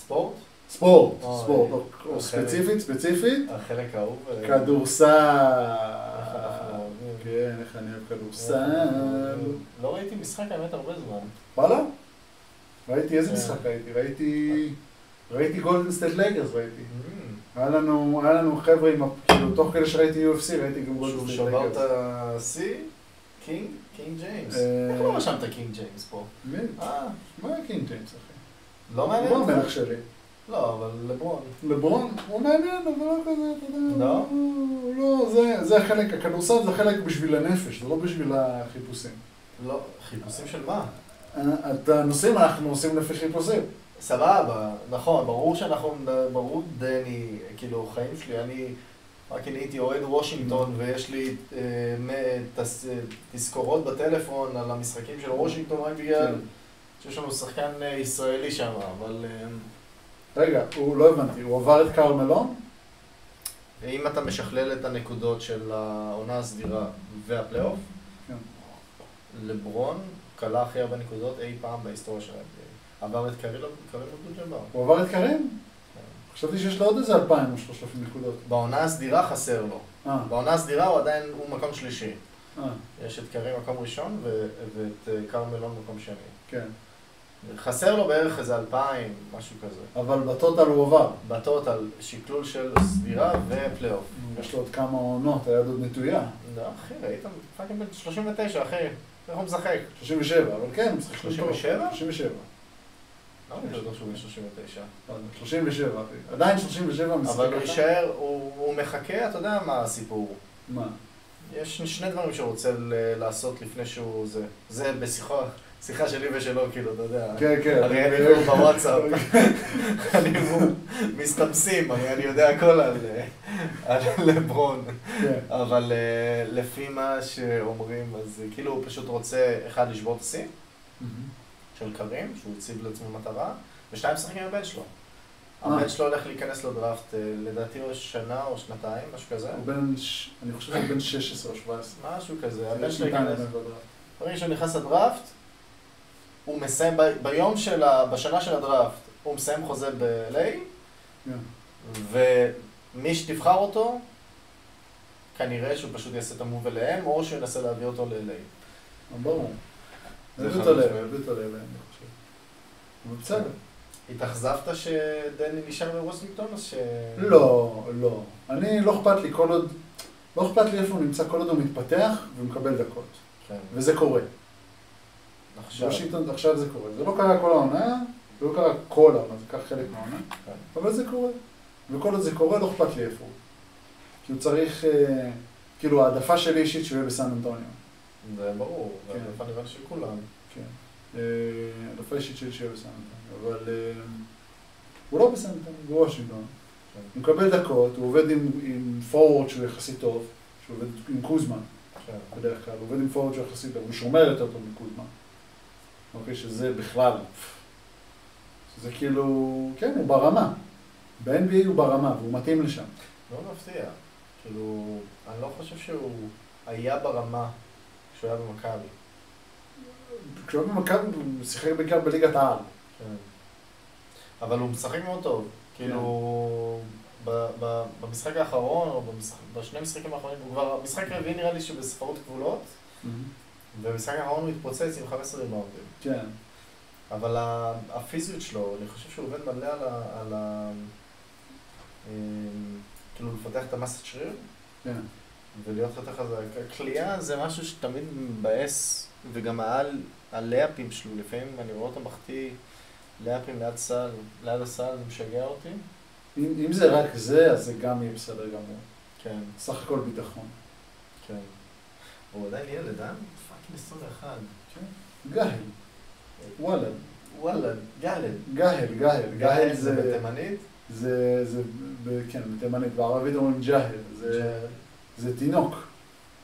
ספורט? ספורט, אוי. ספורט, או- או אוקיי. ספציפית, ספציפית, החלק האהוב. אה, איך אנחנו כדורסל. אוהבים. כן, איך אני אוהב אה, כדורסל. לא ראיתי משחק האמת הרבה זמן. וואלה? ראיתי איזה כן. משחק ראיתי? ראיתי... ראיתי גולדן סטייט לייקרס ראיתי. היה לנו, היה לנו חבר'ה עם, ה- כאילו, תוך כדי שראיתי UFC ראיתי גם גולדן סטייט שהוא שבר את לייקרס. השיא? קינג? קינג ג'יימס. אה, איך לא רשמת קינג ג'יימס פה? מי? אה, מה היה קינג ג'יימס אחי? לא מעניין הוא אותך? המלך שלי. לא, אבל לברון. לברון, הוא מעניין, אבל לא כזה, אתה יודע. לא? הוא לא, זה, זה החלק, הכדורסל זה חלק בשביל הנפש, זה לא בשביל החיפושים. לא, חיפושים של מה? אה, את הנושאים אנחנו עושים לפי חיפושים. סבבה, נכון, ברור שאנחנו, ברור דני, כאילו, חיים שלי, אני רק אני הייתי אוהד וושינגטון ויש לי אה, מ- תס- אה, תזכורות בטלפון על המשחקים של וושינגטון רק כן. בגלל שיש לנו שחקן אה, ישראלי שם, אבל אה, רגע, הוא לא הבנתי, הוא עבר את קרמלון? אם אתה משכלל את הנקודות של העונה הסדירה והפלייאוף, כן. לברון כלה הכי הרבה נקודות אי פעם בהיסטוריה של ה-NBA. עבר את קריל אבדול-ג'אבר. הוא עבר את קרים? חשבתי שיש לו עוד איזה 2,000 או 3,000 נקודות. בעונה הסדירה חסר לו. אה, בעונה הסדירה הוא עדיין, הוא מקום שלישי. אה, יש את קרים מקום ראשון ו- ואת אה, כרמלון מקום שני. כן. חסר לו בערך איזה אלפיים, משהו כזה. אבל בטוטל הוא עבר. בטוטל שקלול של סדירה ופלייאוף. יש לו עוד כמה עונות, היד עוד נטויה. לא, אחי, ראית? פאקינג בן 39, אחי. איך הוא משחק? 37, אבל כן, הוא משחק טוב. 37? 37. לא אני בטוח שהוא בן 39. לא יודע, 37, אחי. עדיין 37 משחק. אבל הוא אחד. יישאר, הוא הוא מחכה, אתה יודע מה הסיפור. מה? יש שני דברים שהוא רוצה ל- לעשות לפני שהוא זה. זה בשיחה, שיחה שלי ושלו, כאילו, אתה יודע. כן, *laughs* כן. הרי אני והוא בוואטסאפ, *laughs* אני והוא מסתמסים, הרי אני יודע הכל על על לברון. כן. אבל אה, לפי מה שאומרים, אז אה, כאילו הוא פשוט רוצה, אחד, לשבור את השיא של קרים, שהוא הציב לעצמו מטרה, ושתיים, לשחק עם הבן שלו. אה. הבן שלו הולך להיכנס לדראפט, אה, לדעתי הוא שנה או שנתיים, משהו כזה. הוא בן, ש- אני חושב שהוא בן 16 או 17. משהו כזה, הבן שלו שנתיים ייכנס. בן בדראפט. ברגע שהוא נכנס לדראפט, הוא מסיים, ב- ביום של ה... בשנה של הדראפט, הוא מסיים חוזה ב-LA, כן. ומי שתבחר אותו, כנראה שהוא פשוט יעשה את המוב אליהם, או שהוא ינסה להביא אותו ל-LA. ברור. זה הביא אותו חמש. כן. לב, הביא אותו לב, אני חושב. אבל בסדר. התאכזבת שדני נשאר בווסינגטון או ש... לא, לא. אני, לא אכפת לי כל עוד, לא אכפת לי איפה הוא נמצא, כל עוד הוא מתפתח ומקבל דקות. כן, וזה קורה. עכשיו. וושינגטון עכשיו זה קורה. זה לא קרה כל העונה, זה לא קרה כל העונה, זה קרה חלק מהעונה, כן. אבל זה קורה. וכל עוד זה קורה, לא אכפת לי איפה הוא. כי הוא צריך, אה, כאילו, העדפה שלי אישית שהוא יהיה בסן אנטוניו. זה ברור, כן. אבל נראה לי של כולם. כן. אה, העדפה אישית שלי שהוא יהיה בסן אנטוניו. אבל אה, הוא לא בסן אנטוניו, הוא בוושינגטון. כן. הוא מקבל דקות, הוא עובד עם- עם פורוורד שהוא יחסית טוב, שהוא עובד עם קוזמן. כן. בדרך כלל, הוא עובד עם פורוורד שהוא יחסית טוב, הוא שומר יותר טוב מקודמה. אוקיי, שזה בכלל, שזה כאילו, כן, הוא ברמה. ב-NBA הוא ברמה, והוא מתאים לשם. מאוד מפתיע. לא כאילו, אני לא חושב שהוא היה ברמה כשהוא היה במכבי. כשהוא היה במכבי, הוא שיחק בעיקר בליגת העל. כן. אבל הוא משחק מאוד טוב. כאילו, ב- ב- במשחק האחרון, או במשחק- בשני המשחקים האחרונים, הוא כבר, משחק רביעי נראה לי שבספרות גבולות, ובמשחק האחרון הוא התפוצץ עם 15 רימאונדים. כן. אבל ה- הפיזיות שלו, אני חושב שהוא עובד מלא על ה... על ה... אמ, כאילו לפתח את המסת שריר כן. ולהיות יותר חזק. הקליעה זה משהו שתמיד מבאס, וגם העל, הלאפים שלו, לפעמים אני רואה אותו מחטיא לאפים ליד סל, ליד הסל, זה משגע אותי. אם אם זה רק זה, אז זה גם יהיה בסדר גמור. כן, סך הכל ביטחון. כן. הוא עדיין ילד, אה? פאקינג 21. גהל. כן. וואלה. וואלה, גלד. גהל, גהל. גהל זה... בתימנית? זה, זה, ב- כן, בתימנית, בערבית אומרים ג'הל, זה, ג'אל. זה תינוק,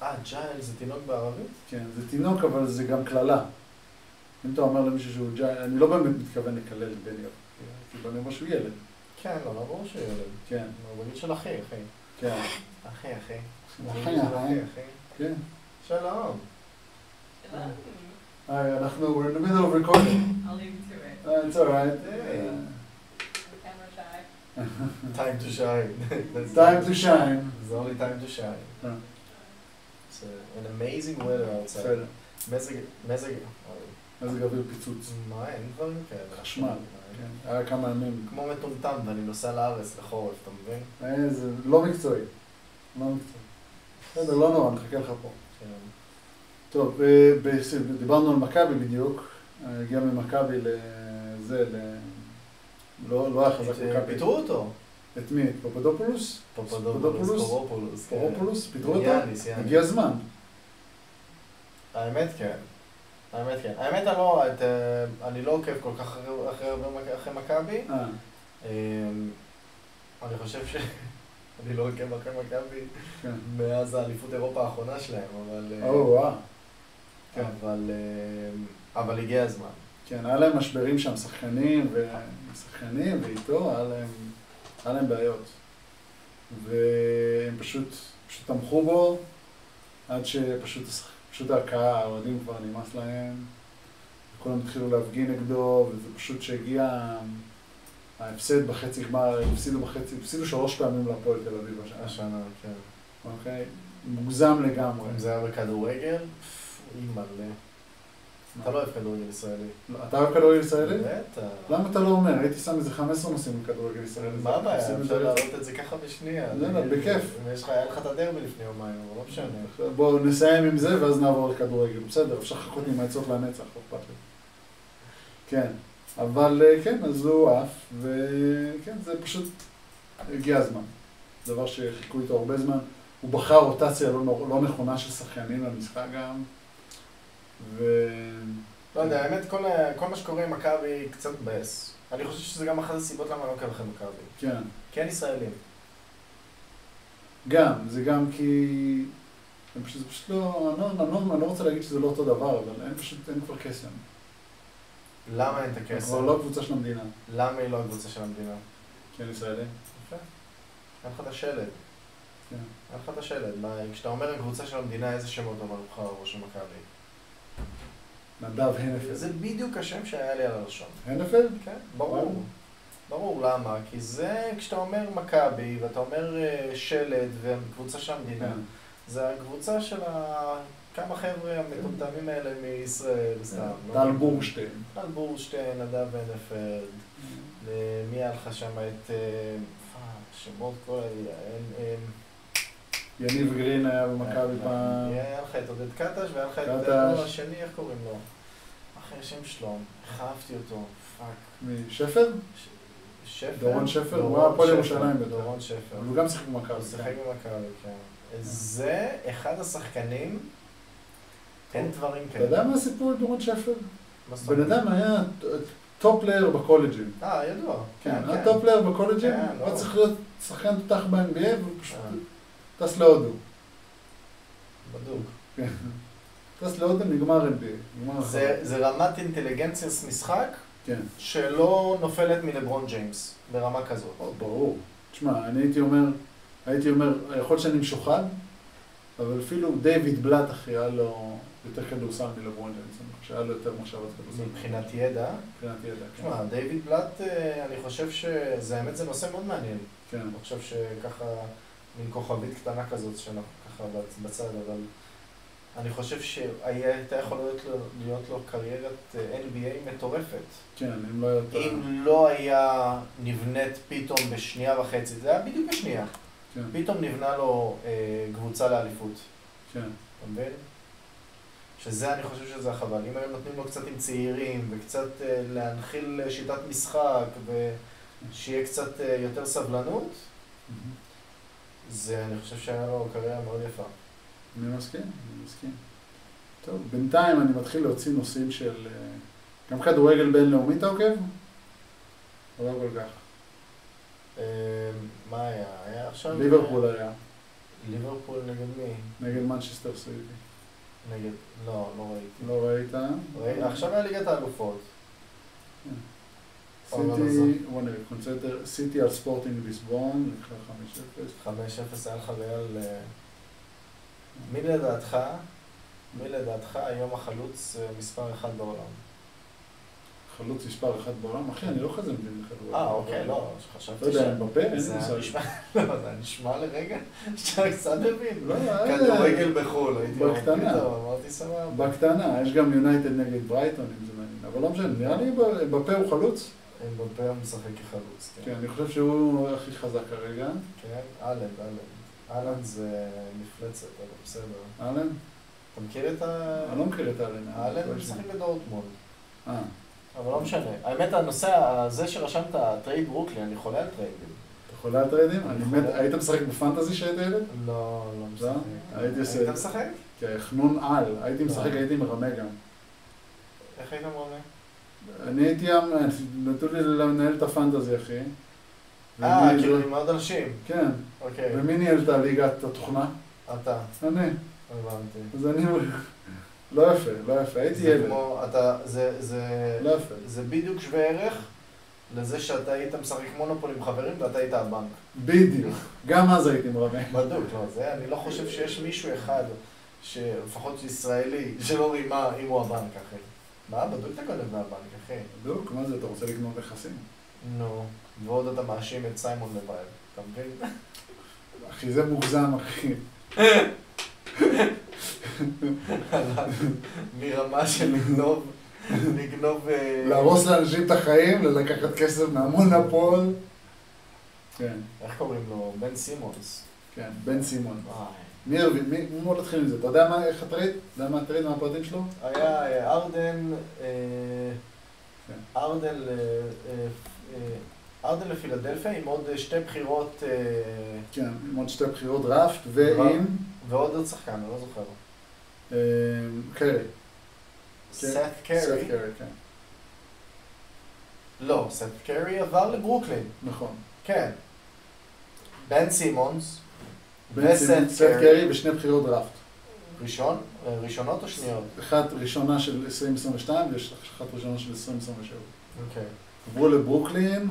אה, ג'אל זה תינוק בערבית? כן, זה תינוק אבל זה גם קללה. אם אתה אומר למישהו שהוא ג'הל, אני לא באמת מתכוון לקלל את בני, כאילו אני אומר שהוא ילד, כן, אבל ברור שהוא ילד. כן, הוא בגיל של אחי, אחי. כן, אחי, אחי. אחי, בגיל של אחי. אחי. כן. שלום. Hello. היי, אה, אנחנו, we're in the middle of recording. I'll leave you to it. Uh, it's alright. Hey. I'm camera shy. time to shine. *laughs* Uh, time to shine. It's only time to shine. אה. It's uh, an amazing weather outside. oh, בסדר. מזג, מזג, מזג אוויר פיצוץ. מה, אין דברים כאלה. חשמל. כן, היה כמה ימים. כמו מטומטם ואני נוסע לארץ לחורף, אתה מבין? אה, זה לא מקצועי. לא מקצועי. בסדר, לא נורא, נחכה לך פה. כן. טוב, אה, ב- דיברנו על מכבי בדיוק, אה, הגיע ממכבי לזה, ל... לא, לא היה חזק אה, מכבי. פיטרו כן. אותו. את מי? את פופדופולוס? פופודופולוס, קורופולוס. כן. פופדופולוס? פיטרו אותו? יאניס, יאניס. הגיע הזמן. האמת כן. האמת כן. האמת אני לא, את, אה, אני לא עוקב כל כך אחרי- אחרי הרבה מכ- אחרי מכבי. אה, אה, אני חושב ש... *laughs* אני לא עוקב אחרי מכבי כן. מאז האליפות אירופה האחרונה שלהם, אבל... אה, או, וואו. כן. אבל, אה, אבל הגיע הזמן. כן, היה להם משברים שם, שחקנים, ושחקנים, ואיתו, היה להם, היה להם בעיות. והם פשוט, פשוט תמכו בו, עד שפשוט השח- פשוט ההכאה, האוהדים כבר נמאס להם, וכולם התחילו להפגין נגדו, וזה פשוט שהגיע ההפסד בחצי גמר, הפסידו בחצי, הפסידו שלוש פעמים להפועל תל אביב השנה, השנה, כן. אוקיי? מוגזם לגמרי. אם זה היה בכדורגל, פפ, אי מלא. אתה לא אוהב כדורגל ישראלי. לא, אתה אוהב כדורגל ישראלי? בטח. למה אתה לא אומר? הייתי שם איזה 15 נושאים לכדורגל ישראלי. מה הבעיה? עושים את אפשר זה. להעלות את זה ככה בשנייה. לא, לא, בכיף. אם יש לך, היה לך את הדרבי לפני יומיים, אבל לא משנה. בואו נסיים עם זה ואז נעבור לכדורגל. בסדר, אפשר לחכות עם העצות לנצח, לא אכפת לי. כן, אבל אה, כן, אז הוא עף, וכן, זה פשוט הגיע הזמן. דבר שחיכו איתו הרבה זמן. הוא בחר רוטציה לא, נור- לא נכונה של שחקנים למשחק גם, וכן, לא יודע, האמת, כל, ה- כל מה שקורה עם מכבי קצת מבאס. אני חושב שזה גם אחת הסיבות למה אני לא עוקב אחרי מכבי. כן ישראלים. גם, זה גם כי... הם פשוט, זה פשוט לא, אני לא, אני לא, אני לא רוצה להגיד שזה לא אותו דבר, אבל אין פשוט, אין כבר קסם. למה אין את הם הכסף? כבר לא קבוצה של המדינה, למה היא לא הקבוצה של המדינה? כן, ישראלי. יפה. אין לך את השלד. כן. אין לך את השלד. מה, כשאתה אומר הקבוצה של המדינה, איזה שמות אתה אומר לך ראש מכבי? נדב הנפלד. זה בדיוק השם שהיה לי על הלשון. הנפלד? כן, ברור. ברור, למה? כי זה כשאתה אומר מכבי, ואתה אומר אה, שלד, וקבוצה של המדינה, כן. זה הקבוצה של ה... כמה חבר'ה המטומטמים האלה מישראל, סתם. לא? כן. טל בורשטיין. טל בורשטיין, נדב הנפלד, אה, מי היה לך שם את... אה, פאק, שמות כל ה... יניב גרין היה אה, במכבי פעם. היה לך את עודד קטש, והיה לך את קטש. הדבר השני, איך קוראים לו? אחי, השם שלו, איך אהבתי אותו, פאק. משפר? ש- שפר? דורון שפר? הוא דורון היה הפועל שפר, ירושלים בטח. דורון שפר. אבל הוא גם שיחק הוא במכבי. שיחק במכבי, כן. זה אחד השחקנים, אין דברים אתה כאלה. יודע מה הסיפור עם דורון שפר? מה זאת בן אומרת? אדם היה טופ פלייר בקולג'ים. אה, ידוע. כן, היה טופ פלייר בקולג'ים, כן, הוא לא. היה צריך להיות שחקן תותח ב-NBA והוא פשוט אה. טס להודו. בדוק. כן. טס להודו, נגמר NBA. נגמר זה החלום. זה רמת אינטליגנציה משחק כן. שלא נופלת מלברון ג'יימס ברמה כזאת. או, ברור. תשמע, אני הייתי אומר, הייתי אומר, יכול להיות שאני משוחד, אבל אפילו דיוויד בלאט אחי, היה לו יותר כדורסל מלברון ג'יימס, אני חושב שהיה לו יותר מחשבת כדורסל. מבחינת ידע, מבחינת ידע, כן. תשמע, דיוויד בלאט, אה, אני חושב שזה, האמת, זה נושא מאוד מעניין. כן. אני חושב שככה, מין כוכבית קטנה כזאת, שאנחנו ככה בצ- בצד, אבל אני חושב שהייתה יכולה להיות לו, להיות לו קריירת אה, NBA מטורפת. כן, אם לא הייתה... אם לא היה נבנית פתאום בשנייה וחצי, זה היה בדיוק בשנייה. כן, פתאום נבנה לו אה, קבוצה לאליפות. כן, אתה מבין? שזה, אני חושב שזה החבל. אם היו נותנים לו קצת עם צעירים, וקצת אה, להנחיל אה, שיטת משחק, ושיהיה קצת אה, יותר סבלנות, מהמם. זה, אני חושב שהיה לו קריירה מאוד יפה. אני מסכים, אני מסכים. טוב, בינתיים אני מתחיל להוציא נושאים של... אה, גם כדורגל בינלאומי אתה עוקב? לא כל כך. אה, מה היה? היה עכשיו... אה, ליברפול היה, ליברפול נגד מי? נגד מנצ'סטר סיטי. נגד... לא, לא ראיתי. לא ראית? ראיתי. עכשיו היה ליגת האלופות. לא סיטי, בוא נראה, קונצנטר, סיטי על ספורטינג ליסבון, נקרא 5-0. 5-0 היה לך ריאל... אה, מי לדעתך, מי לדעתך היום החלוץ אה, מספר 1 בעולם? חלוץ מספר אחת בעולם, אחי, אני לא כזה מבין בכדורגל. אה, אוקיי, לא, לא חשבתי ש... יודע, בפה, אין לי זה היה מושג. נשמע- *laughs* לא, זה היה נשמע לרגע שאתה קצת מבין. לא, אה, כדורגל בחו"ל, הייתי אומר, בקטנה. פתאום, אמרתי סבבה. בקטנה, יש גם יונייטד נגד ברייטון, אם זה מעניין. אבל לא משנה, נראה לי בפה הוא חלוץ. הם בפה משחק כחלוץ, כן, אני חושב שהוא הכי חזק כרגע. כן, אהלן, אהלן. אהלן זה מפלצת, אבל בסדר. אהלן? אתה מכיר את ה... אני לא מכיר את אהלן. אהלן משחק בדורטמונד. אה, אבל לא משנה. האמת, הנושא הזה שרשמת, טרייד ברוקלין, אני חולה על טריידים. אתה חולה על טריידים? אני אני מת, חולה. היית משחק בפנטזי כשהיית ילד? לא, לא משחק. הייתי עושה- היית משחק? כחנון על, הייתי משחק, אה. הייתי מרמה גם. איך היית מרמה? אני הייתי, המ- נתנו לי לנהל את הפנטזי, אחי. אה, ומי- לא? כאילו עם עוד אנשים. כן, אוקיי, ומי ניהל את הליגה, את התוכנה? אתה. אני. הבנתי. אז אני... לא יפה, לא יפה, הייתי זה ילד. כמו, אתה, זה, זה, לא יפה. זה בדיוק שווה ערך לזה שאתה היית משחק מונופול עם חברים ואתה היית הבנק. בדיוק. גם אז הייתי מרמה. בדוק, לא, זה, אני לא חושב שיש מישהו אחד, שלפחות ישראלי, שלא רימה אם הוא הבנק, אחי. מה, בדוק אתה גונב מהבנק, אחי. בדיוק, מה זה, אתה רוצה לקנות נכסים? נו. ועוד אתה מאשים את סיימון לבייב, אתה מבין? *laughs* אחי, זה מוגזם, אחי. מרמה של לגנוב, לגנוב... אה, להרוס לאנשים את החיים, ללקחת כסף מהמונופול. כן, איך קוראים לו? בן סימונס. כן, בן סימון. וואי. מי הרוויח? מי? בוא נתחיל עם זה. אתה יודע מה, איך הטרייד? אתה יודע מה הטרייד, מה הפרטים שלו? היה אה, ארדן, אה, כן. ארדן, ל- אה, אה, ארדן לפילדלפיה עם עוד אה, שתי בחירות אה, כן, עם עוד שתי בחירות דראפט, ועם ועוד עוד שחקן, אני לא זוכר. אה, קרי. סט סט קרי. קרי, כן. לא, סט קרי עבר לברוקלין, נכון. כן. בן סימונס. בן סימון, וסט סט קרי. קרי בשני בחירות דראפט. ראשון? אה, ראשונות או שניות? אחת ראשונה של 2022 ויש אחת ראשונה של 2027. אוקיי. עברו לברוקלין.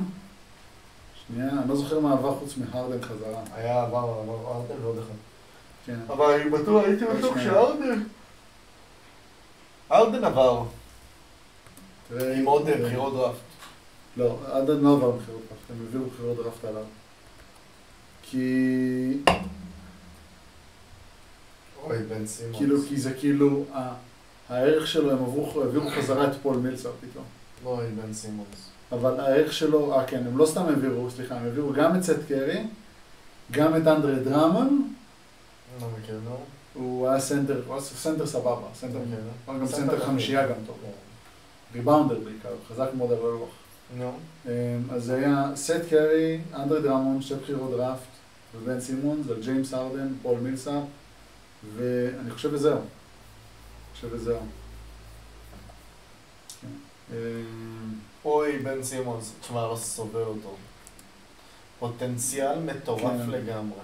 שנייה, אני לא זוכר מה עבר חוץ מהרדן חזרה. היה עבר, עבר ארדן ועוד אחד. כן. אבל אני בטוח, הייתי בטוח שארדן... ארדן עבר. תראה, עם עוד אה, אה, בחירות דראפט. לא, עדן לא עבר בחירות דראפט, הם הביאו בחירות דראפט עליו. כי... אוי, בן סימונס. כאילו, כי זה כאילו, ה- הערך שלו, הם עברו, העבירו חזרה את פול מילסר פתאום. אוי, לא, בן סימונס. אבל הערך שלו, אה כן, הם לא סתם העבירו, סליחה, הם העבירו גם את סט קרי, גם את אנדרי דרמון, אני לא מכיר, נו. הוא היה סנטר, הוא היה סנטר סבבה, סנטר, אוקיי. הוא היה גם סנטר כן. סנטר אחי. חמישייה גם טוב, לא. ריבאונדר בעיקר, הוא חזק מאוד על הלוח. נו. אמ, אז זה היה סט קרי, אנדרי דרמון, שתי בחירות דראפט, ובן סימונס, על ג'יימס ארדן, פול מילסאפ, ואני חושב וזהו. אני חושב וזהו. כן. אמ, אוי, בן סימונס. תשמע, לא סובל אותו. פוטנציאל מטורף כן. לגמרי.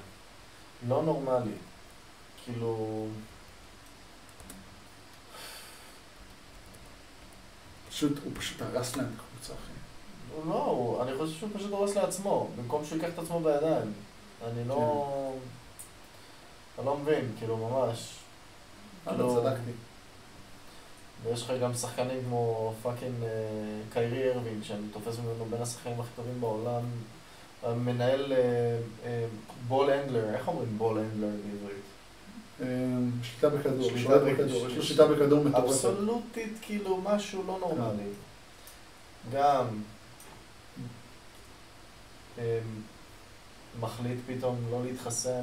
לא נורמלי. כאילו... פשוט, הוא פשוט הרס להם את הקבוצה, אחי. הוא לא, הוא- אני חושב שהוא פשוט הורס לעצמו, במקום שהוא ייקח את עצמו בידיים. אני לא... כן. אני לא מבין, כאילו, ממש. לא כאילו- צדקתי. ויש לך גם שחקנים כמו פאקינג אה, קיירי ארווין, שאני תופס ממנו בין השחקנים הכי טובים בעולם. המנהל אה, אה, בול אנגלר, איך אומרים בול אנגלר בעברית? אה, שליטה בכדור, שליטה שולט בכ- בכדור, יש לו ש- שליטה בכדור מטורפת. אבסולוטית, כאילו, משהו לא נורמלי. גם אמ, מחליט פתאום לא להתחסן,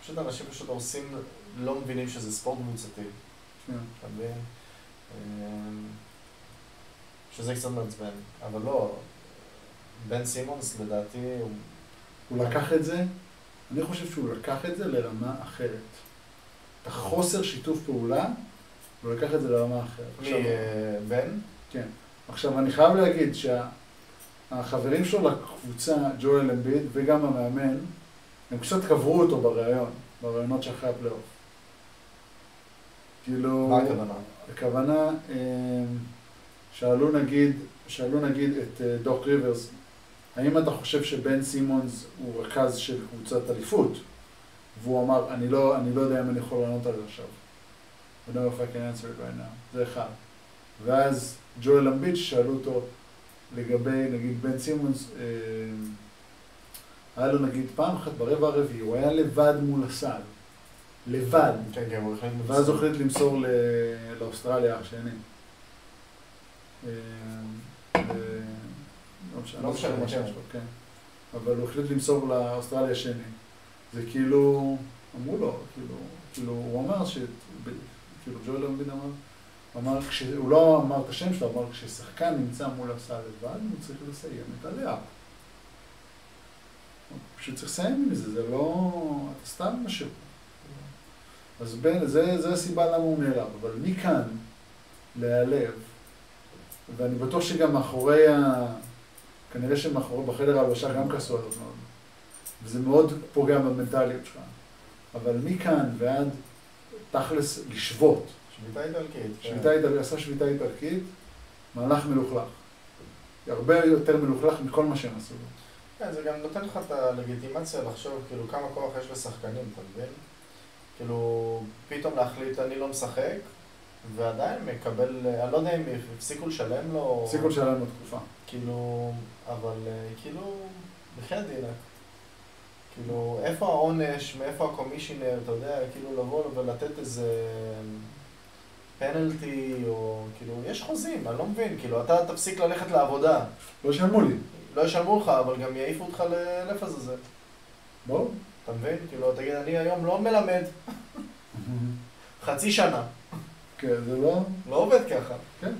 ופשוט אנשים פשוט הורסים, לא מבינים שזה ספורט קבוצתי, כן. אתה מבין? אמ, שזה קצת מעצבן, אבל לא, בן סימונס לדעתי הוא... הוא לקח את זה, אני חושב שהוא לקח את זה לרמה אחרת. את החוסר שיתוף פעולה, הוא לקח את זה לרמה אחרת. מי, אה, בן? עכשיו, אני חייב להגיד שהחברים שלו לקבוצה, ג'ואל אמביד וגם המאמן, הם קצת קברו אותו בריאיון, בריאיונות שאחרי הפלייאוף. כאילו... מה הכוונה? הכוונה, אה, שאלו נגיד, שאלו נגיד את אה, דוק ריברס, האם אתה חושב שבן סימונס הוא רכז של קבוצת אליפות? והוא אמר, אני לא, אני לא יודע אם אני יכול לענות על זה עכשיו. I don't know if I can answer it right now. זה אחד. ואז ג'ואל אמביץ' שאלו אותו לגבי, נגיד, בן סימונס, אה, היה לו נגיד פעם אחת ברבע הרביעי, הוא היה לבד מול הסל. לבד. כן, כן, הוא החליט... ואז הוא החליט למסור ל- לאוסטרליה אח שני. אה, ל- לא משנה, לא לא משנה משנה, מה שם כן. שלו, כן. אבל הוא החליט למסור לאוסטרליה השני. זה כאילו, אמרו לו, כאילו, כאילו, הוא אמר ש... ב- כאילו, ג'ואל אמביד אמר, אמר, כש- הוא לא אמר את השם שלו, אמר, כששחקן נמצא מול הסל לבד, הוא צריך לסיים את הלאה. פשוט צריך לסיים עם זה, זה לא... אתה סתם משהו. אז בין, זה, זה הסיבה למה הוא נעלב, אבל מכאן להיעלב, ואני בטוח שגם מאחורי ה... כנראה שמאחורי, בחדר ההלבשה גם כעסו עליו מאוד, וזה מאוד פוגע במנטליות שלך, אבל מכאן ועד תכלס לשבות, שביתה איטלקית. כן. שביתה איטל... עשה שביתה איטלקית, מהלך מלוכלך. הרבה יותר מלוכלך מכל מה שהם עשו. לו. כן, זה גם נותן לך את הלגיטימציה לחשוב כאילו כמה כוח יש לשחקנים, אתה מבין? כאילו, פתאום להחליט אני לא משחק, ועדיין מקבל, אה, אני לא יודע אם הפסיקו לשלם לו, או- הפסיקו לשלם לו תקופה. כאילו, אבל אה, כאילו, בחייאת דינק. כאילו, איפה העונש, מאיפה הקומישיונר, אתה יודע, כאילו לבוא ולתת איזה אה, פנלטי, או כאילו, יש חוזים, אני לא מבין, כאילו, אתה תפסיק ללכת לעבודה. לא ישלמו לי, לא ישלמו לך, אבל גם יעיפו אותך ל- לפזזל. ברור. אתה מבין? כאילו, תגיד, אני היום לא מלמד חצי שנה. כן, זה לא... לא עובד ככה. כן.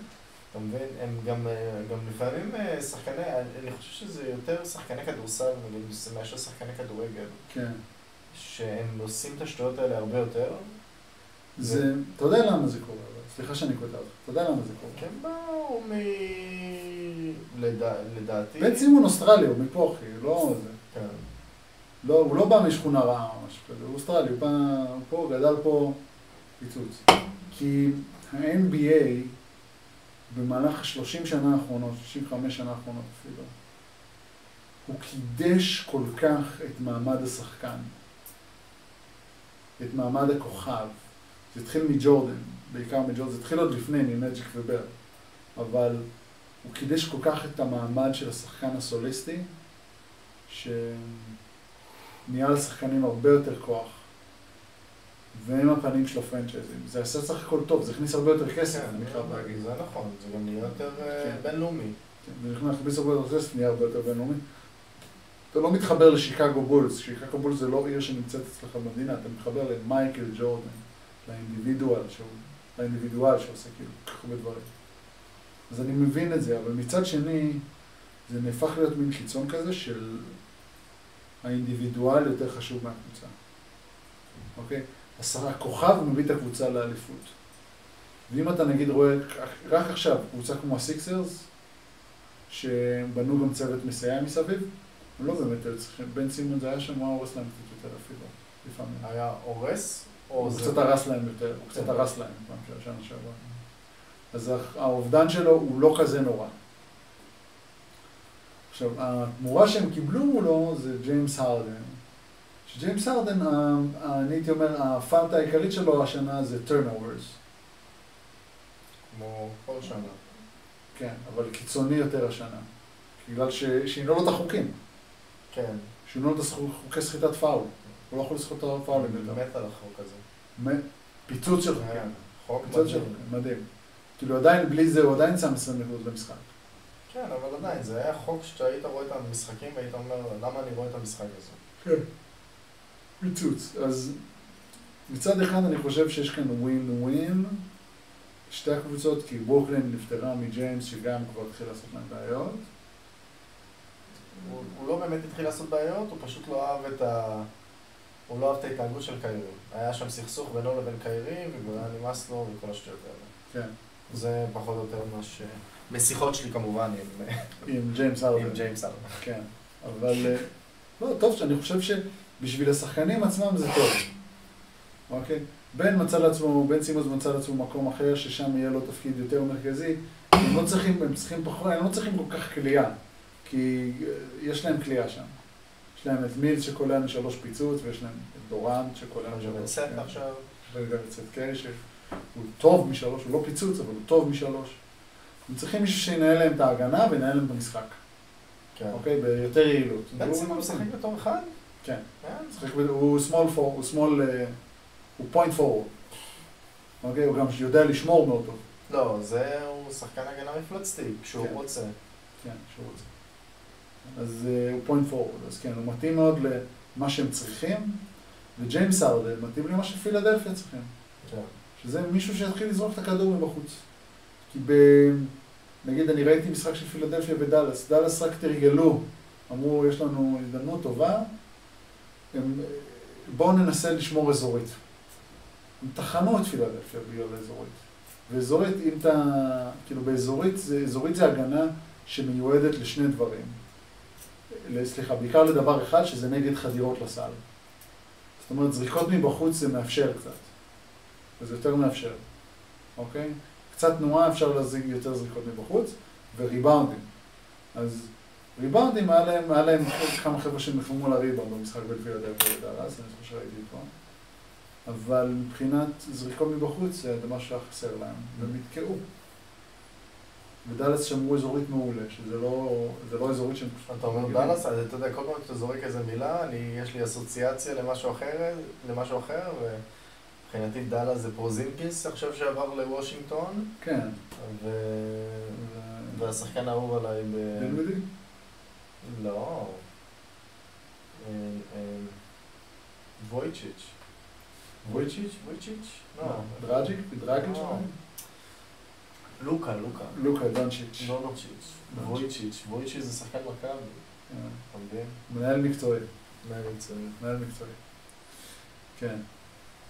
אתה מבין? הם גם, אה, גם לפעמים אה, שחקני, אני חושב שזה יותר שחקני כדורסל, נגיד, מאשר שחקני כדורגל, כן. שהם עושים את השטויות האלה הרבה יותר. זה, אתה יודע למה זה קורה, אבל סליחה שאני קוטע אותך, אתה יודע למה זה כי קורה. הם באו מ... לדע... לדעתי... בן סימון אוסטרלי, הוא מפה אחי, הוא לא זה. כן. לא, הוא לא בא משכונה רעה או משהו כזה, הוא אוסטרלי, הוא בא, הוא פה, גדל פה, פיצוץ. כי ה-NBA במהלך ה-30 שנה האחרונות, 35 שנה האחרונות אפילו, הוא קידש כל כך את מעמד השחקן, את מעמד הכוכב. זה התחיל מג'ורדן, בעיקר מג'ורדן, זה התחיל עוד לפני, ממג'יק ובר, אבל הוא קידש כל כך את המעמד של השחקן הסוליסטי, ש... נהיה לשחקנים הרבה יותר כוח, והם הפנים של הפרנצ'ייזים. זה עשה סך הכל טוב, זה הכניס הרבה יותר כן, כסף, כן, אני חייב להגיד. לא זה נכון, זה גם נהיה יותר אה, כן. בינלאומי. כן, זה נכנס הכניס הרבה יותר כסף, נהיה הרבה יותר בינלאומי. אתה לא מתחבר לשיקגו בולס, שיקגו בולס זה לא עיר שנמצאת אצלך במדינה, אתה מתחבר למייקל ג'ורדן, לאינדיבידואל, שהוא, לאינדיבידואל שעושה כאילו כל כך הרבה דברים. אז אני מבין את זה, אבל מצד שני, זה נהפך להיות מין קיצון כזה של האינדיבידואל יותר חשוב מהקבוצה. אוקיי? עשרה הכוכב מביא את הקבוצה לאליפות. ואם אתה נגיד רואה, רק עכשיו, קבוצה כמו הסיקסרס, שבנו גם צוות מסייע מסביב, הם לא באמת היו צריכים, בן סימון זה היה שם, הוא היה הורס להם קצת יותר אפילו, לפעמים. היה הורס, או הוא זה... כן. קצת הרס להם יותר, הוא קצת הרס להם פעם של השנה שעברה. אז הח- האובדן שלו הוא לא כזה נורא. עכשיו, התמורה שהם קיבלו מולו זה ג'יימס הרדן. שג'יימס הרדן, ה- ה- אני הייתי אומר, הפאנטה העיקרית שלו השנה זה turnovers. כמו כל שנה. כן, אבל קיצוני יותר השנה. בגלל ש- שינו לו את החוקים. כן. שינו לו את החוק- חוקי סחיטת פאול. הוא לא יכול לזכות את ההופעה אני למטר. מת על החוק הזה. פיצוץ שלך, כן, כן. חוק פיצוץ שלך, מדהים. מדהים. מדהים. כאילו עדיין בלי זה הוא עדיין שם 20 נקודות למשחק. כן, אבל עדיין, זה היה חוק שהיית רואה את המשחקים והיית אומר, למה אני רואה את המשחק הזה? כן. פיצוץ. אז מצד אחד אני חושב שיש כאן ווין ווין. שתי הקבוצות, כי ברוקלין נפטרה מג'יימס, שגם כבר התחיל לעשות להם בעיות. Mm. הוא הוא לא באמת התחיל לעשות בעיות, הוא פשוט לא אהב את ה... הוא לא אהב את ההתנהגות של קיירי. היה שם סכסוך בינו לבין קיירי, והיה נמאס לו וכל השטויות האלה. כן. זה פחות או יותר מה ש... משיחות שלי כמובן עם, אה, עם ג'יימס ארדן. עם ג'יימס ארדן. כן, אבל אה, לא, טוב, שאני חושב שבשביל השחקנים עצמם זה טוב, אוקיי? בן מצא לעצמו, בן סימוס מצא לעצמו מקום אחר, ששם יהיה לו תפקיד יותר מרכזי. הם לא צריכים, הם צריכים פחות, הם לא צריכים כל כך כליאה, כי אה, יש להם כליאה שם. יש להם את מילס שקולע משלוש פיצוץ, ויש להם את דורן שקולע ג'יימס משלוש. כן, סט עכשיו. וגם את סט קרי, שהוא טוב משלוש, הוא לא פיצוץ, אבל הוא טוב משלוש. הם צריכים מישהו שינהל להם את ההגנה וינהל להם את המשחק, כן. אוקיי? ביותר יעילות. בן סימון לא, משחק בתור אחד? כן. אה, משחק ב- הוא שמאל פור, הוא שמאל, אה, הוא פוינט פורוורד. אוקיי? הוא גם יודע לשמור מאוד טוב. לא, זה הוא שחקן הגנה מפלצתי, כשהוא כן. רוצה. כן, שהוא רוצה. אז אה, הוא פוינט פורוורד, אז כן, הוא מתאים מאוד למה שהם צריכים, וג'יימס ארדן מתאים למה שפילדלפיה צריכים. כן. שזה מישהו שיתחיל לזרוק את הכדור מבחוץ. כי ב... נגיד, אני ראיתי משחק של פילדלפיה בדאלאס, דאלאס רק תרגלו, אמרו, יש לנו הזדמנות טובה, הם... בואו ננסה לשמור אזורית. הם טחנו את פילדלפיה בגלל האזורית. ואזורית, אם אתה... כאילו, באזורית, זה, אזורית זה הגנה שמיועדת לשני דברים. ל- סליחה, בעיקר לדבר אחד, שזה נגד חדירות לסל. זאת אומרת, זריקות מבחוץ זה מאפשר קצת. וזה יותר מאפשר, אוקיי? קצת תנועה אפשר להזיג יותר זריקות מבחוץ, וריבאונדים. אז ריבאונדים, היה להם, היה להם כמה חבר'ה שנלחמו על הריבאונד במשחק בין פילדלפיה לדאלאס, אני חושב שראיתי אותו. אבל מבחינת זריקות מבחוץ, זה הדבר שהיה חסר להם, והם נתקעו. ודאלאס שמרו אזורית מעולה, שזה לא, זה לא אזורית שהם פשוט... אתה אומר דאלאס, אז אתה יודע, כל פעם שאתה זורק איזה מילה, אני, יש לי אסוציאציה למשהו אחר, למשהו אחר, ומבחינתי דאלאס זה פרוזינקיס עכשיו שעבר לוושינגטון, כן. ו... ו- והשחקן האהוב עליי ב... דלמדי? לא. אה, אה, וויצ'יץ'. וויצ'יץ'? וויצ'יץ'? לא. דרג'יק? דרג'יק? לא. לוקה, לוקה. לוקה דונצ'יץ'. לא נוצ'יץ'. וויצ'יץ'. וויצ'יץ' זה שחקן מכבי. כן. אתה מבין? מנהל מקצועי. מהניצולים. מנהל מקצועי. כן.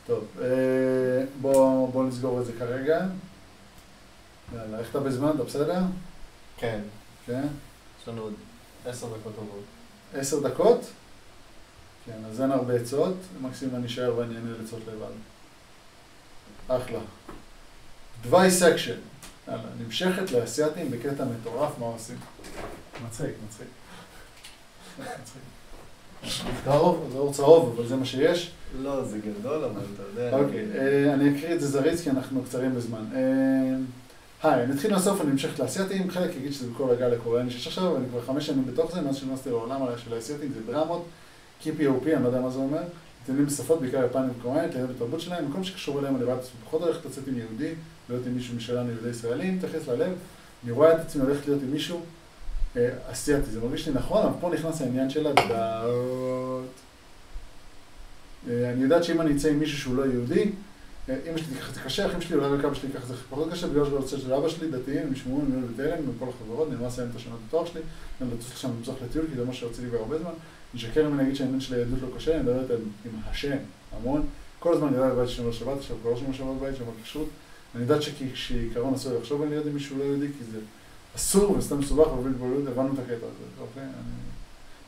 טוב, אה, בוא, בוא נסגור את זה כרגע. יאללה, איך אתה בזמן? אתה בסדר? כן, כן. יש לנו עוד עשר דקות טובות. עשר דקות? כן, אז אין הרבה עצות. מקסימום אני אשאר ואני אענה על עצות לבד. אחלה. דווי סקשן. יאללה, נמשכת לאסייתים בקטע מטורף, מה עושים? מצחיק, מצחיק. מצחיק. צהוב, זה אור צהוב, אבל זה מה שיש. לא, זה גדול, אבל אתה יודע. אוקיי, אה, אני אקריא את זה זריז כי אנחנו קצרים בזמן. אה, היי, נתחיל מהסוף, אני אמשיך לאסייתים, חלק יגיד שזה בכל הגל הקוריאני שיש עכשיו, אני כבר חמש שנים בתוך זה, מאז שנכנסתי לעולם עליה של האסייתים, זה דרמות, KPOP, אני לא יודע מה זה אומר, נתונים בשפות, בעיקר יפנית וקוריאנית, לאהב את התרבות שלהם, וכל מה שקשור אליהם, אני רואה את עצמי פחות הולך לצאת עם יהודי, להיות עם מישהו משלנו, יהודי ישראלי, מתייחס ללב, אני רואה את עצמי הולך להיות עם מישהו אה, אסייתי, זה מרגיש לי נכון, אבל פה נכנס העניין של הדעות. אה, אני יודעת שאם אני אצא עם מישהו שהוא לא יהודי, אה, אמא שלי תיקח את זה קשה, אחים שלי, אולי רק אבא שלי ייקח את זה פחות קשה, בגלל שזה רוצה של אבא שלי, דתיים, הם ישמעו ממנו בתלם, מכל החברות, נלמד להם את השנות התואר שלי, אני לא צריך שם למצוא לטיול, כי זה מה שרציתי כבר הרבה זמן, אני אשקר אם אני אגיד שהעניין של היהדות לא קשה, אני מדברת על- עם השם המון, כל הזמן אני יודע בבית שומר שבת, עכשיו כבר לא שומר שבת בבית, שומר כשרות, אני יודעת שכעיקרון אסור לחשוב על להיות עם מישהו לא יהודי, כי זה אסור וסתם מסובך ובלי התבוללות, הבנו את הקטע הזה, אוקיי? אני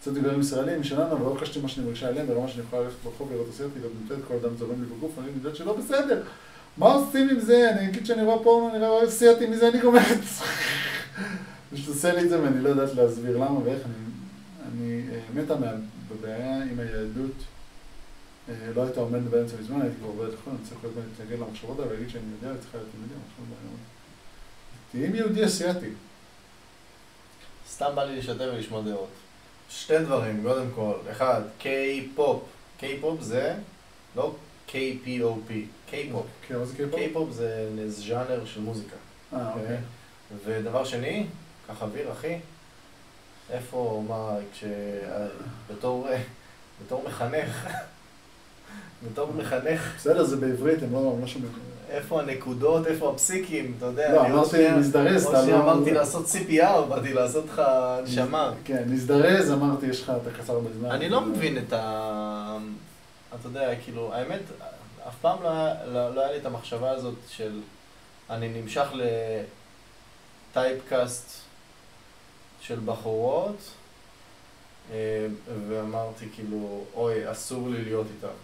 קצת דיבורים ישראלים משלנו, אבל לא הרגשתי מה שאני מרגישה אליהם, ברמה שאני יכולה ללכת ברחוב לראות הסרטי, לא נותנת כל אדם זורם לי בגוף, אני יודעת שלא בסדר. מה עושים עם זה? אני אגיד שאני רואה פורנו, אני רואה סרטי מזה, אני גומרת. *laughs* פשוט עושה לי את זה ואני לא יודעת להסביר למה ואיך. אני, אני אה, מתה מה- בבעיה עם היהדות. אה, לא הייתה עומדת באמצע מזמן, הייתי כבר עובד לחו"ל, אני צריך להיות להתנגד למחשבות האלה, להגיד שאני יודע, אני צריכה להיות יהודי, המחשבות האלה. תהיי עם יהודי אסייתי. סתם בא לי לשתף ולשמוע דעות. שתי דברים, קודם כל. אחד, קיי-פופ. קיי-פופ זה לא K-P-O-P, קיי-פופ. כן, מה זה קיי-פופ? קיי-פופ זה איזה ז'אנר של מוזיקה. אה, אוקיי. ודבר שני, קח אוויר, אחי. איפה, מה, כש... אה, בתור, בתור מחנך, *laughs* בתור מחנך, בסדר, זה בעברית, הם לא לא שומעים. איפה הנקודות, איפה הפסיקים, אתה יודע, לא, אני עוד אמרתי שנייה- מזדרז, עוד אתה שנייה לא- אמרתי לעשות CPR, באתי לעשות לך הנשמה. כן, נזדרז, אמרתי, יש לך, אתה קצר בזמן. אני לא מבין את ה... אתה יודע, כאילו, האמת, אף פעם לא היה- לא לא היה לי את המחשבה הזאת של אני נמשך לטייפקאסט של בחורות, אה, ואמרתי כאילו, אוי, אסור לי להיות איתם.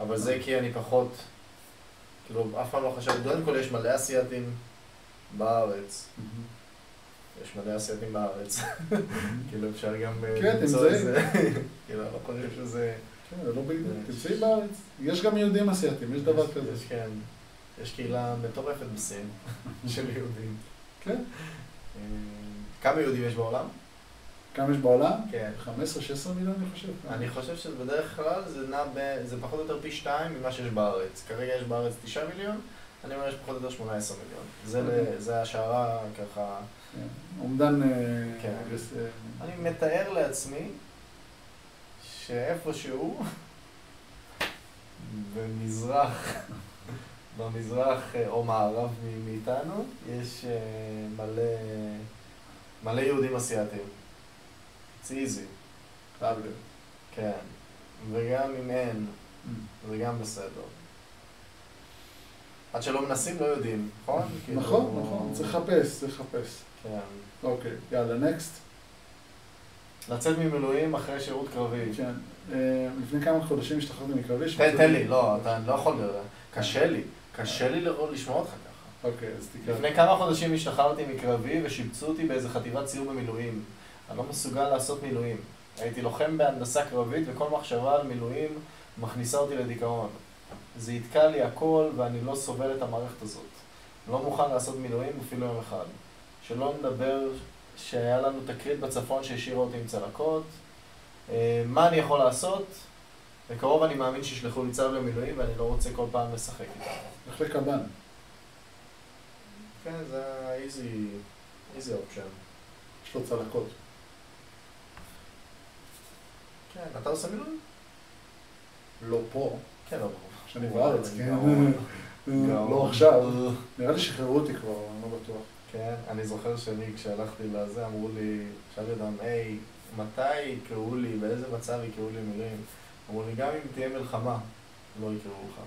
אבל זה כי אני פחות, כאילו, אף פעם לא חשבתי, קודם כל יש מלא אסייתים בארץ, יש מלא אסייתים בארץ. כאילו אפשר גם אה, כן, למצוא אתם איזה... *laughs* כאילו, אני לא חושב שזה... כן, זה לא בעברית. תמצאי בארץ. יש גם יהודים אסייתים, יש דבר כזה. יש, כן. יש קהילה מטורפת בסין של יהודים. כן. אה, כמה יהודים יש בעולם? כמה יש בעולם? כן. 15-16 מיליון, אני חושב. אני חושב שבדרך כלל זה נע ב... זה פחות או יותר פי שתיים ממה שיש בארץ. כרגע יש בארץ תשעה מיליון, אני אומר יש פחות או יותר שמונה עשרה מיליון. זה, אוקיי. ל... זה השערה ככה... כן. אומדן... אה, כן. אגרס- אה, אני מתאר לעצמי שאיפשהו במזרח, במזרח אה, או מערב מ- מאיתנו, יש אה, מלא, מלא יהודים אסייתים. זה איזי, טאבלר. כן. וגם אם אין, Mm. זה גם בסדר. עד שלא מנסים לא יודעים, נכון? נכון, כאילו- נכון, צריך לחפש, צריך לחפש. כן. אוקיי, יאללה, נקסט. לצאת ממילואים אחרי שירות קרבי. כן. אה, לפני כמה חודשים השתחררתי מקרבי. תן, תן לי, לא, אתה אני לא יכול, קשה לי, קשה לי לראות- לשמוע אותך ככה. אוקיי, אז תקרא. לפני כמה חודשים השתחררתי מקרבי ושיבצו אותי באיזה חטיבת סיור במילואים. אני לא מסוגל לעשות מילואים. הייתי לוחם בהנדסה קרבית וכל מחשבה על מילואים מכניסה אותי לדיכאון. זה יתקע לי הכל ואני לא סובל את המערכת הזאת. לא מוכן לעשות מילואים אפילו יום אחד. שלא נדבר שהיה לנו תקרית בצפון שהשאירה אותי עם צלקות. אה, מה אני יכול לעשות? בקרוב אני מאמין שישלחו לי צו למילואים ואני לא רוצה כל פעם לשחק איתם. לך לקב"ן. כן, זה איזי, איזי אופשן. יש לו צלקות. כן, אתה עושה מילואים? לא פה, כן, לא ברור. כשאני וואי, בארץ, כן. גאון. אה, גאון. לא עכשיו. נראה לי שחררו אותי כבר, אני לא בטוח. כן, אני זוכר שאני, כשהלכתי לזה, אמרו לי, שאלתי אותם, היי, מתי יקראו לי, באיזה מצב יקראו לי מילואים? אמרו לי, גם אם תהיה מלחמה, לא יקראו לך.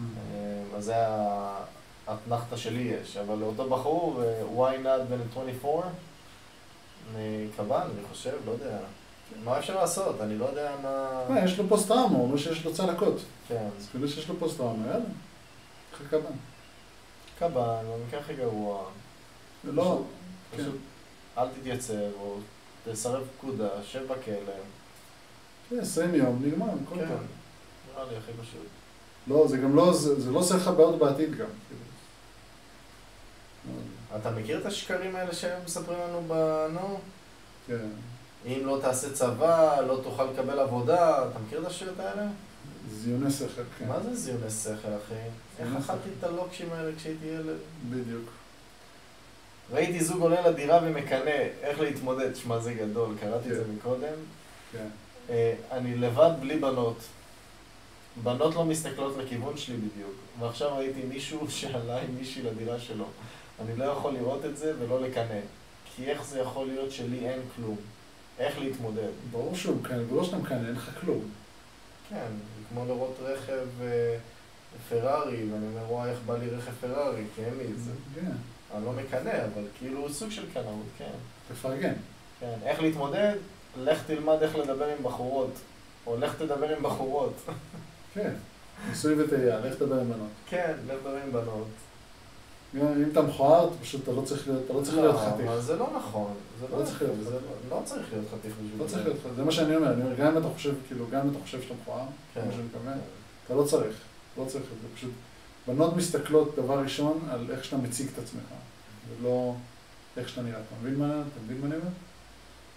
אה, אז זה ה- האתנחתא שלי יש, אבל לאותו בחור, אה, why not בן 24? אני קב"ן, אני חושב, לא יודע. מה אפשר לעשות? אני לא יודע מה... מה, אה, יש לו פוסט טראומה, הוא אומר שיש לו צלקות. כן, אז כאילו שיש לו פוסט טראומה, יאללה. לך לקב"ן. קב"ן, במקרה הכי גרוע. זה לא, כן. פשוט אל תתייצב, או תסרב פקודה, שב בכלא. כן, 20 יום, נגמר, כל כן. פעם. נראה לי הכי פשוט. לא, זה גם לא, זה זה לא עושה לך בעיות בעתיד גם. כאילו. אתה מכיר את השקרים האלה שהם מספרים לנו ב... נו? כן. אם לא תעשה צבא, לא תוכל לקבל עבודה. אתה מכיר את השטויות האלה? זיוני שכל, כן. מה זה זיוני שכל, אחי? איך זיוני אכלתי את הלוקשים האלה כשהייתי ילד? בדיוק. ראיתי זוג עולה לדירה ומקנא איך להתמודד. שמע, זה גדול, קראתי את זה כן. מקודם. כן. אה, אני לבד בלי בנות. בנות לא מסתכלות לכיוון שלי בדיוק. ועכשיו ראיתי מישהו *laughs* שעלה עם מישהי לדירה שלו. אני לא יכול לראות את זה ולא לקנא. כי איך זה יכול להיות שלי אין כלום? איך להתמודד? ברור שהוא מקנא, ברור שאתה מקנא, אין לך כלום. כן, זה כמו לראות רכב אה, פרארי, ואני אומר, וואי, איך בא לי רכב פרארי, כי אין לי את זה. כן, אני לא מקנא, אבל כאילו הוא סוג של קנאות, כן. תפרגן. כן, איך להתמודד? לך תלמד איך לדבר עם בחורות. או לך תדבר עם בחורות. כן. ניסוי וטעייה, לך תדבר עם בנות. כן, לך תדבר עם בנות. גם אם אתה מכוער, אתה פשוט, אתה לא צריך להיות, אתה לא צריך להיות חתיך. אבל זה לא נכון. זה לא לא צריך להיות נכון, זה חתיך. לא צריך להיות חתיך בשביל לא צריך להיות חתיך. זה מה שאני אומר, אני אומר, גם אם אתה חושב, כאילו, גם אם אתה חושב שאתה מכוער, כן. כמו שאני מקווה, אתה לא צריך. לא צריך את זה, פשוט. בנות מסתכלות, דבר ראשון, על איך שאתה מציג את עצמך. ולא איך שאתה נראה. אתה מבין מה אתה מבין מה אני אומר?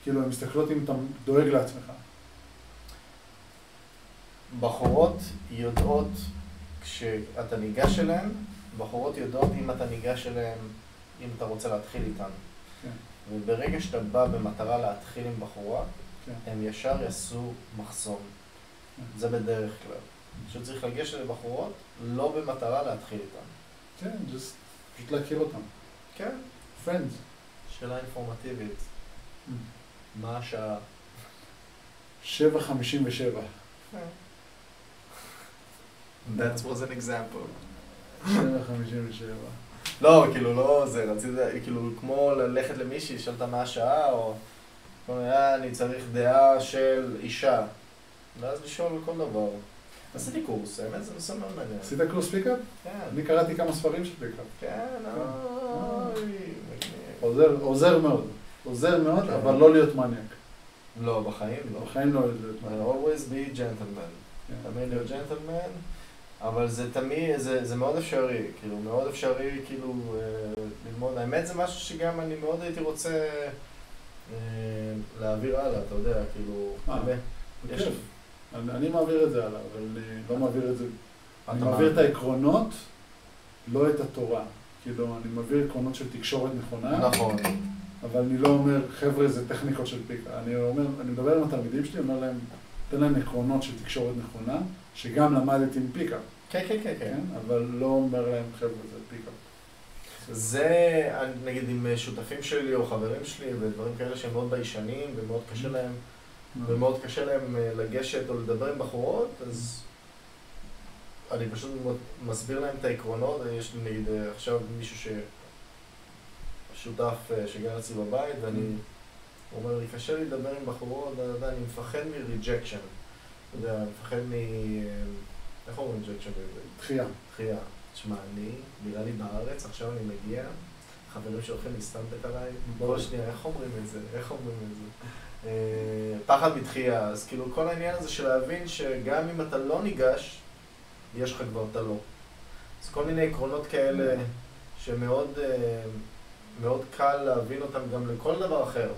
כאילו, הן מסתכלות אם אתה דואג לעצמך. בחורות יודעות, כשאתה ניגש אליהן, בחורות יודעות אם אתה ניגש אליהן, אם אתה רוצה להתחיל איתן. כן. וברגע שאתה בא במטרה להתחיל עם בחורה, כן. הם ישר יעשו מחסום. כן. זה בדרך כלל. פשוט צריך לגשת לבחורות, לא במטרה להתחיל איתן. כן, just- פשוט להכיר אותם. כן. Friends. שאלה אינפורמטיבית, Mm. מה השעה? 7.57. That was an example. 7.57. לא, כאילו, לא זה, רציתי, כאילו, כמו ללכת למישהי, לשאול אותה מה השעה, או... כל מיני, "אה, אני צריך דעה של אישה. ואז לשאול על כל דבר. עשיתי קורס, האמת זה נושא מאוד מעניין. עשית קורס פיקאפ? כן, אני קראתי כמה ספרים של פיקאפ. כן, אוי, מגניב. עוזר, עוזר מאוד. עוזר מאוד, כן. אבל לא להיות מניאק. לא, בחיים לא. בחיים לא להיות I מניאק. always be gentleman. כן. תמיד להיות ג'נטלמן, אבל זה תמיד, זה, זה מאוד אפשרי, כאילו, מאוד אפשרי, כאילו, אה, ללמוד. האמת זה משהו שגם אני מאוד הייתי רוצה אה, להעביר הלאה, אתה יודע, כאילו, אה, הרבה. יש- בכיף. אני אני מעביר את זה הלאה, אבל אה, לא מעביר את זה. אתה אני מה? מעביר את העקרונות, לא את התורה. כאילו, אני מעביר עקרונות של תקשורת נכונה, נכון, אבל אני לא אומר, חבר'ה, זה טכניקות של פיקאפ. אני אומר, אני מדבר עם התלמידים שלי, אומר להם, תן להם עקרונות של תקשורת נכונה, שגם למדתי עם פיקאפ, כן, כן, כן, כן. כן? אבל לא אומר להם, חבר'ה, זה פיקאפ. זה, אני- נגיד, עם אה, שותפים שלי או חברים שלי ודברים כאלה שהם מאוד ביישנים ומאוד קשה להם ומאוד קשה להם אה, לגשת או לדבר עם בחורות, אז אני פשוט מ- מסביר להם את העקרונות, יש לי נגיד אה, עכשיו מישהו ש... שותף אה, שגר אצלי בבית, ואני... הוא אומר לי, קשה לי לדבר עם בחורות, דה, דה, דה, אני מפחד מריג'קשן. אתה יודע, אני מפחד מ... אה, איך אומרים ריג'קשן בעברית? דחייה. אחי, תשמע, אני, נראה לי בארץ, עכשיו אני מגיע, חברים שהולכים להסתלבט עליי, בוא שנייה, איך אומרים את זה? איך אומרים את זה? אה, פחד מתחייה, אז כאילו כל העניין הזה של להבין שגם אם אתה לא ניגש, יש לך כבר את הלא. אז כל מיני עקרונות כאלה שמאוד אה, מאוד קל להבין אותם גם לכל דבר אחר.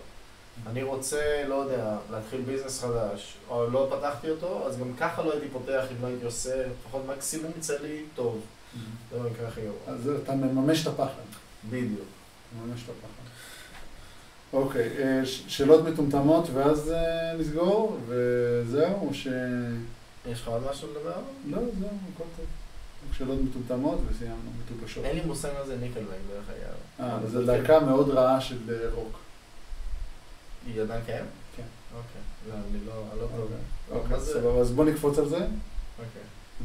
אני רוצה, לא יודע, להתחיל ביזנס חדש, או לא פתחתי אותו, אז גם ככה לא הייתי פותח אם לא הייתי עושה, לפחות מקסימום יצא לי טוב. זה לא נקרא הכי גרוע. אז אתה מממש את הפחד. בדיוק. ממש לא פחד. אוקיי, אה, ש- שאלות מטומטמות ואז אה, נסגור, וזהו, או ש... יש לך עוד משהו לדבר? לא, זהו, הכל טוב. רק שאלות מטומטמות וסיימנו, מטופשות. אין לי מושג מה זה ניקלבק דרך אגב. אה, אבל זו דקה מאוד רעה של אה, רוק. היא עדיין קיימת? כן. אוקיי. לא, אני לא, אני לא טוב. אוקיי, מה אוקיי, זה? סבבה, אז בוא נקפוץ על זה. אוקיי.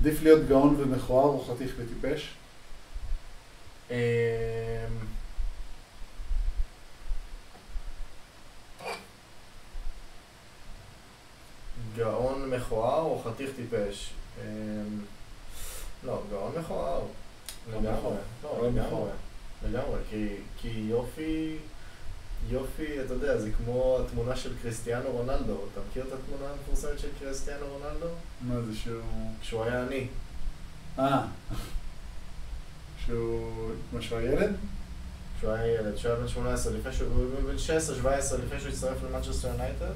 עדיף להיות גאון ומכוער או חתיך וטיפש. אמ, גאון מכוער או חתיך טיפש? אמ, לא, גאון מכוער. גאון לגמרי. מכוער. לא, גאון לגמרי. מכוער. לגמרי, כי- כי יופי, יופי, אתה יודע, זה כמו התמונה של קריסטיאנו רונלדו. אתה מכיר את התמונה המפורסמת של קריסטיאנו רונלדו? מה זה שהוא... כשהוא היה עני. אה. שהוא... מה שהוא הילד? כשהוא היה ילד, כשהוא היה בן 18, לפני שהוא... הוא היה בן 16-17, לפני שהוא הצטרף למנצ'סטר יונייטד,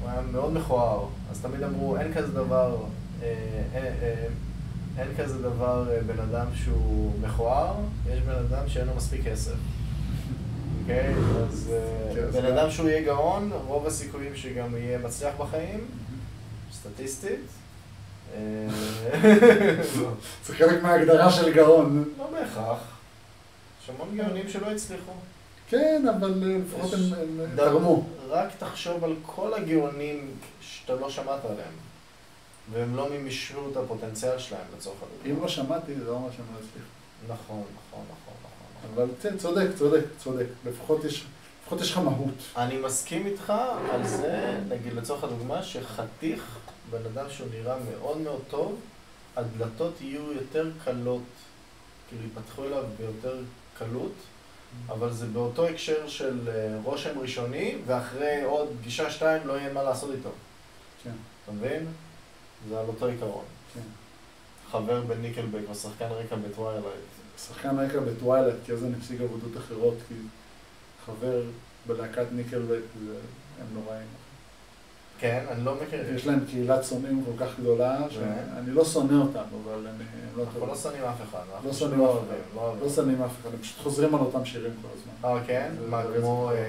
הוא היה מאוד מכוער. אז תמיד אמרו, אין כזה דבר, אה, אה, אה, אין כזה דבר אה, בן אדם שהוא מכוער, יש בן אדם שאין לו מספיק כסף. אוקיי? אז אה, כן, אז בן גם- אדם שהוא יהיה גאון, רוב הסיכויים שגם יהיה מצליח בחיים, סטטיסטית. *laughs* אה, זה חלק מההגדרה של גאון. לא בהכרח. יש המון גאונים שלא הצליחו. כן, אבל אה, לפחות יש- הם- הם הם דר- תרמו. רק תחשוב על כל הגאונים שאתה לא שמעת עליהם, והם לא מימשו את הפוטנציאל שלהם לצורך אם הדוגמה. לא שמעתי, זה לא אומר שאני לא אצליח. נכון, נכון, נכון, נכון. נכון. אבל כן, צודק, צודק, צודק. לפחות יש, לפחות יש לך מהות. אני מסכים איתך על זה, נגיד לצורך הדוגמה, שחתיך, בן אדם שהוא נראה מאוד מאוד טוב, הדלתות יהיו יותר קלות, כאילו ייפתחו אליו ביותר קלות, אבל זה באותו הקשר של אה, רושם ראשוני, ואחרי עוד פגישה שתיים לא יהיה מה לעשות איתו. כן. אתה מבין? זה על אותו עיקרון. כן. חבר בניקלבק או שחקן רקע בטווילייט. שחקן רקע בטווילט, כי אז אני משיג עבודות אחרות, כי חבר בלהקת ניקלבק, זה הם נוראים. כן, אני לא מכיר. לא יש להם קהילת שונאים כל כך גדולה, שאני לא שונא אותם, אבל הם הם לא אנחנו טובים. לא שונאים אף אחד. אנחנו לא פשוט שונאים אף אחד. אוהבים, לא אוהבים. לא שונאים אף אחד, הם פשוט חוזרים על אותם שירים כל הזמן. אה, כן? זה- מה, זה כמו... איזה-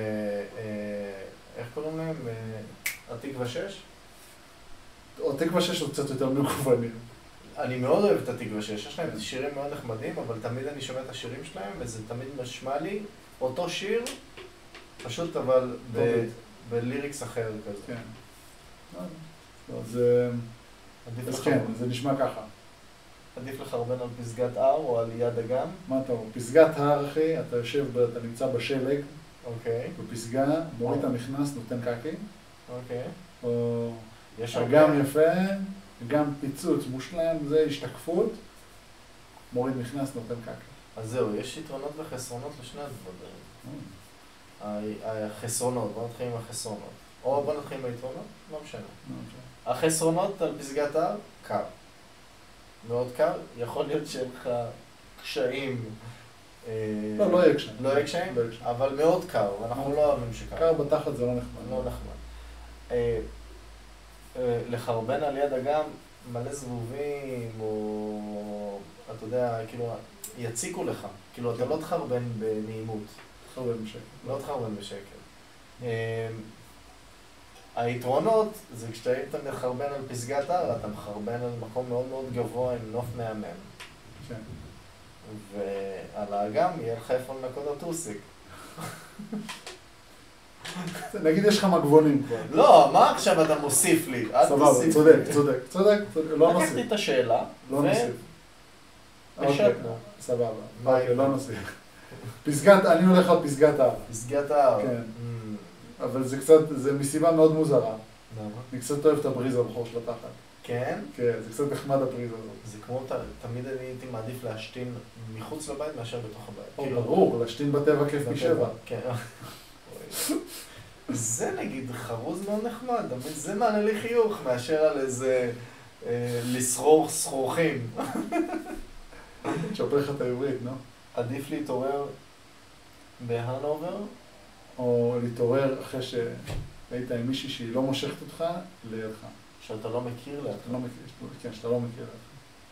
אה, אה, איך קוראים להם? אה, התקווה 6? או תקווה 6 הוא קצת יותר מגוונים. אני מאוד אוהב את התקווה 6, יש להם שירים מאוד נחמדים, אבל תמיד אני שומע את השירים שלהם, וזה תמיד נשמע לי אותו שיר, פשוט אבל ב- טוב. בליריקס אחר כזה. כן. אז אה, עדיף אז לך- כן, זה נשמע ככה. עדיף לחרבן על פסגת הר או על יד אגם, מה אתה אומר? פסגת הר, אחי, אתה יושב, ב- אתה נמצא בשלג, אוקיי, בפסגה, מוריד את המכנס, נותן קקי, אוקיי. או יש אגם יפה, אגם פיצוץ מושלם, זה השתקפות, מוריד מכנס, נותן קקי. אז זהו, יש יתרונות וחסרונות לשני הדברים. לא, ה- החסרונות, בוא נתחיל עם החסרונות. או בוא נתחיל עם היתרונות, לא משנה. החסרונות על פסגת הר, קר. מאוד קר, יכול להיות שיהיה לך קשיים. אה, לא, לא יהיה קשיים. לא יהיה קשיים? לא יהיה קשיים. אבל מאוד קר, ואנחנו לא אוהבים שקר. קר בתחת זה לא נחמד. לא נחמד. אה, אה, לחרבן על יד אגם מלא זבובים, או אתה יודע, כאילו, יציקו לך. כאילו, אתה לא תחרבן בנעימות. חרבן בשקט. לא תחרבן בשקט. אמ, היתרונות זה כשאתה מחרבן על פסגת הר, אתה מחרבן על מקום מאוד מאוד גבוה עם נוף מהמם. כן. ועל האגם יהיה לך איפה לנקות הטוסיק. נגיד יש לך מגבונים כבר. לא, מה עכשיו אתה מוסיף לי? אל סבבה, תוסיף צודק, לי. צודק, צודק, צודק, לא לקחתי נוסיף, את השאלה, לא נוסיף. אוקיי, ושתנו. סבבה, מה אוקיי, יהיה? לא נוסיף. פסגת, אני הולך על פסגת הר, פסגת ההר. כן. אמ, אבל זה קצת, זה מסיבה מאוד מוזרה. למה? אני קצת אוהב את הבריזה בחור של התחת. כן? כן, זה קצת נחמד הבריזה הזאת. זה כמו, ת- תמיד אני הייתי מעדיף להשתין מחוץ לבית מאשר בתוך הבית. או, כאילו, ברור, להשתין בטבע כיף משבע. כן. אוי. זה נגיד חרוז מאוד נחמד, אבל זה מעלה לי חיוך מאשר על איזה אה, לסרור סרוכים. תשפר לך את העברית, נו. עדיף להתעורר בהנובר, או להתעורר אחרי שהיית עם מישהי שהיא לא מושכת אותך לידך. שאתה לא מכיר לה. אתה לא מכיר, כן, שאתה לא מכיר.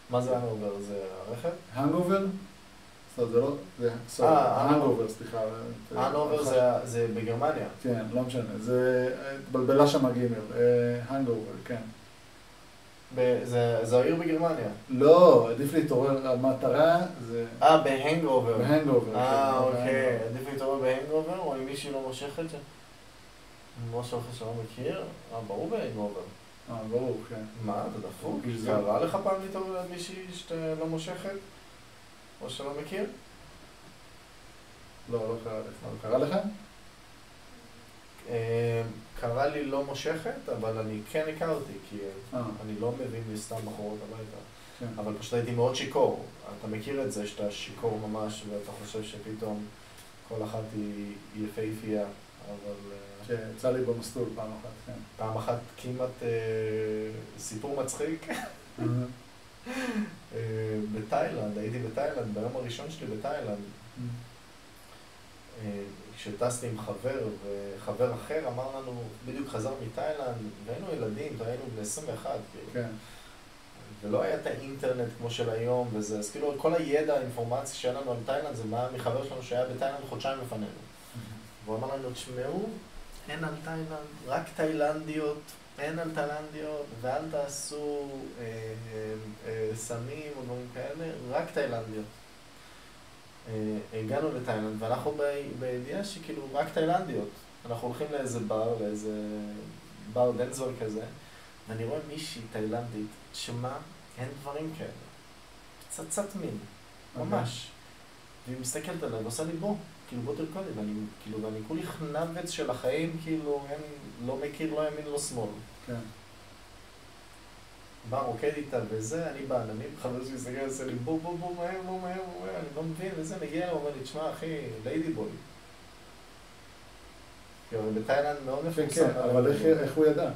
מה זה הנובר? זה הרכב? הנגובר? לא, זה לא, זה, סורי, אה, הנגובר, סליחה. אה, הנובר זה- זה בגרמניה. כן, לא משנה, זה התבלבלה שם הגימל, הנגובר, כן. ב- זה- זה העיר בגרמניה. לא, עדיף להתעורר, המטרה זה כן, לא אה, בהנגאובר. הנגובר. אה, אוקיי. עדיף להתעורר בהנגאובר או עם מישהי לא מושכת? ש- משהו אחר שלא מכיר? אה, ברור בהנגאובר. אה, ברור, כן. מה, אתה דפוק? גזען. קרה לך פעם להתעורר על מישהי שאתה לא מושכת? או שלא מכיר? לא, לא קרה לך. לא קרה לך? אה, קרה לי לא מושכת, אבל אני כן הכרתי, כי אה, אני לא מבין לי סתם בחורות הביתה. כן. אבל פשוט הייתי מאוד שיכור. אתה מכיר את זה שאתה שיכור ממש, ואתה חושב שפתאום כל אחת היא יפהפייה, אבל אה, שיצא לי במסלול פעם אחת, כן. פעם אחת כמעט אה, סיפור מצחיק. Mm-hmm. אה, בתאילנד, הייתי בתאילנד, ביום הראשון שלי בתאילנד, אה, כשטסתי עם חבר, וחבר אחר אמר לנו, בדיוק חזר מתאילנד, והיינו ילדים, והיינו בני 21, כאילו. כן, ולא היה את האינטרנט כמו של היום וזה, אז כאילו כל הידע, האינפורמציה שהיה לנו על תאילנד, זה מה היה מחבר שלנו שהיה בתאילנד חודשיים לפנינו. והוא אמר לנו, תשמעו, אין על תאילנד, רק תאילנדיות, אין על תאילנדיות, ואל תעשו אה, אה, אה, סמים או דברים כאלה, רק תאילנדיות. אה, הגענו לתאילנד, ואנחנו ב- בידיעה שכאילו רק תאילנדיות. אנחנו הולכים לאיזה בר, לאיזה בר דנזור כזה, ואני רואה מישהי תאילנדית, שמע, אין דברים כאלה. פצצת מין, ממש. והיא מסתכלת עליי ועושה לי בוא, כאילו בוא תרקוד לי, ואני כאילו, ואני כולי חנבץ של החיים, כאילו, אין, לא מכיר, לא ימין, לא שמאל. כן. בא, רוקד איתה וזה, אני בעננים, חבר שלי מסתכל, עושה לי בוא, בוא, בוא, מהר, בוא, מהר, בוא, מהר, אני לא מבין, וזה, מגיע, הוא אומר לי, תשמע, אחי, ליידי בוי. כאילו, בתאילנד מאוד כן, מפורסם. כן, אבל איך- איך הוא ידע?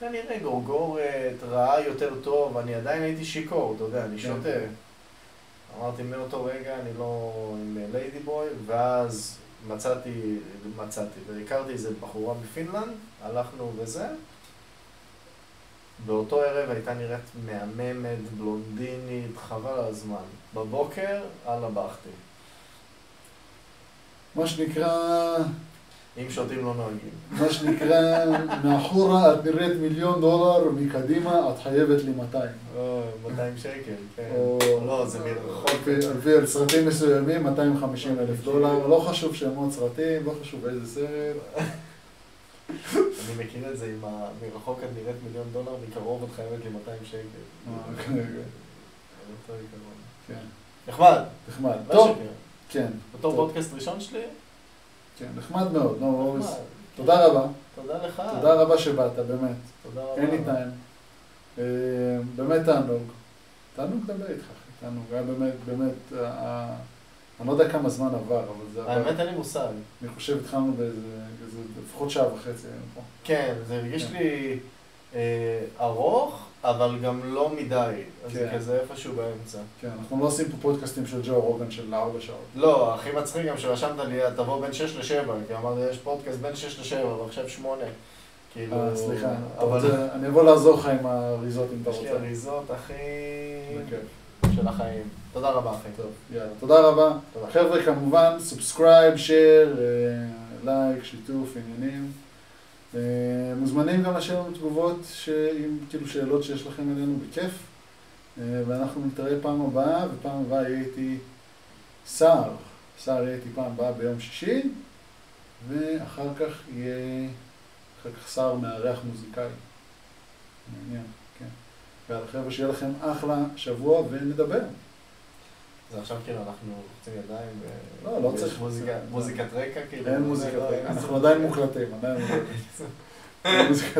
כנראה גורגורת, ראה יותר טוב, אני עדיין הייתי שיכור, אתה יודע, אני כן. שותה. אמרתי מאותו רגע, אני לא עם ליידי בוי, ואז מצאתי, מצאתי, והכרתי איזה בחורה מפינלנד, הלכנו וזה, באותו ערב הייתה נראית מהממת, בלונדינית, חבל על הזמן. בבוקר, על הבכתי. מה שנקרא, אם שותים לא נוהגים. מה שנקרא, מאחורה את נראית מיליון דולר, ומקדימה את חייבת לי 200. אה, 200 שקל, כן. או- לא, זה מרחוק. אוקיי, על פי על סרטים מסוימים, 250 אלף דולר, לא חשוב שמות סרטים, לא חשוב איזה סרט. אני מכיר את זה עם ה... מרחוק את נראית מיליון דולר, מקרוב את חייבת לי 200 שקל. אה, אוקיי. כן, כן. זה אותו עיקרון. כן, נחמד. נחמד. לא טוב, שקר. כן, בתור טוב. פודקאסט ראשון שלי, כן, נחמד מאוד, נו, אוריס. נחמד. תודה רבה, תודה לך. תודה רבה שבאת, באמת. תודה רבה. anytime. אה, באמת תענוג. תענוג לדבר איתך, אחי, תענוג. היה באמת, באמת, ה- ה- אני לא יודע כמה זמן עבר, אבל זה עבר. האמת אין לי מושג. אני חושב התחלנו באיזה, איזה- לפחות שעה וחצי היינו פה. כן, זה הרגיש כן. לי אה, ארוך, אבל גם לא מדי. אז זה כן. כזה איפשהו באמצע. כן, אנחנו לא עושים פה פודקאסטים של ג'ו רוגן של ארבע שעות. לא, הכי מצחיק גם שרשמת לי, תבוא בין 6 ל-7, כי אמרתי, יש פודקאסט בין 6 ל-7, ועכשיו 8. כאילו... אה, סליחה, אתה אבל רוצה- אני אבוא לעזור לך עם האריזות אם אתה יש לי רוצה. אריזות הכי... בכיף. של החיים. תודה רבה, אחי. אוקיי. טוב, יאללה, תודה רבה. תודה. חבר'ה, כמובן, סובסקרייב, שייר, אה, לייק, שיתוף, עניינים. אה, מוזמנים גם לשאול לנו תגובות, ש- עם כאילו שאלות שיש לכם אלינו בכיף. אה, ואנחנו נתראה פעם הבאה, ופעם הבאה יהיה איתי סער. סער יהיה איתי פעם הבאה ביום שישי, ואחר כך יהיה, אחר כך סער מארח מוזיקלי. מעניין, כן. יאללה, חבר'ה, שיהיה לכם אחלה שבוע ונדבר. זה עכשיו כאילו אנחנו לוחצים ידיים ו... לא, לא ויש צריך. מוזיקה- מוזיקת רקע, כאילו. אין מוזיקה, לא, אין אנחנו מוזיקה. עדיין מוקלטים, עדיין מוקלטים. אין מוזיקה.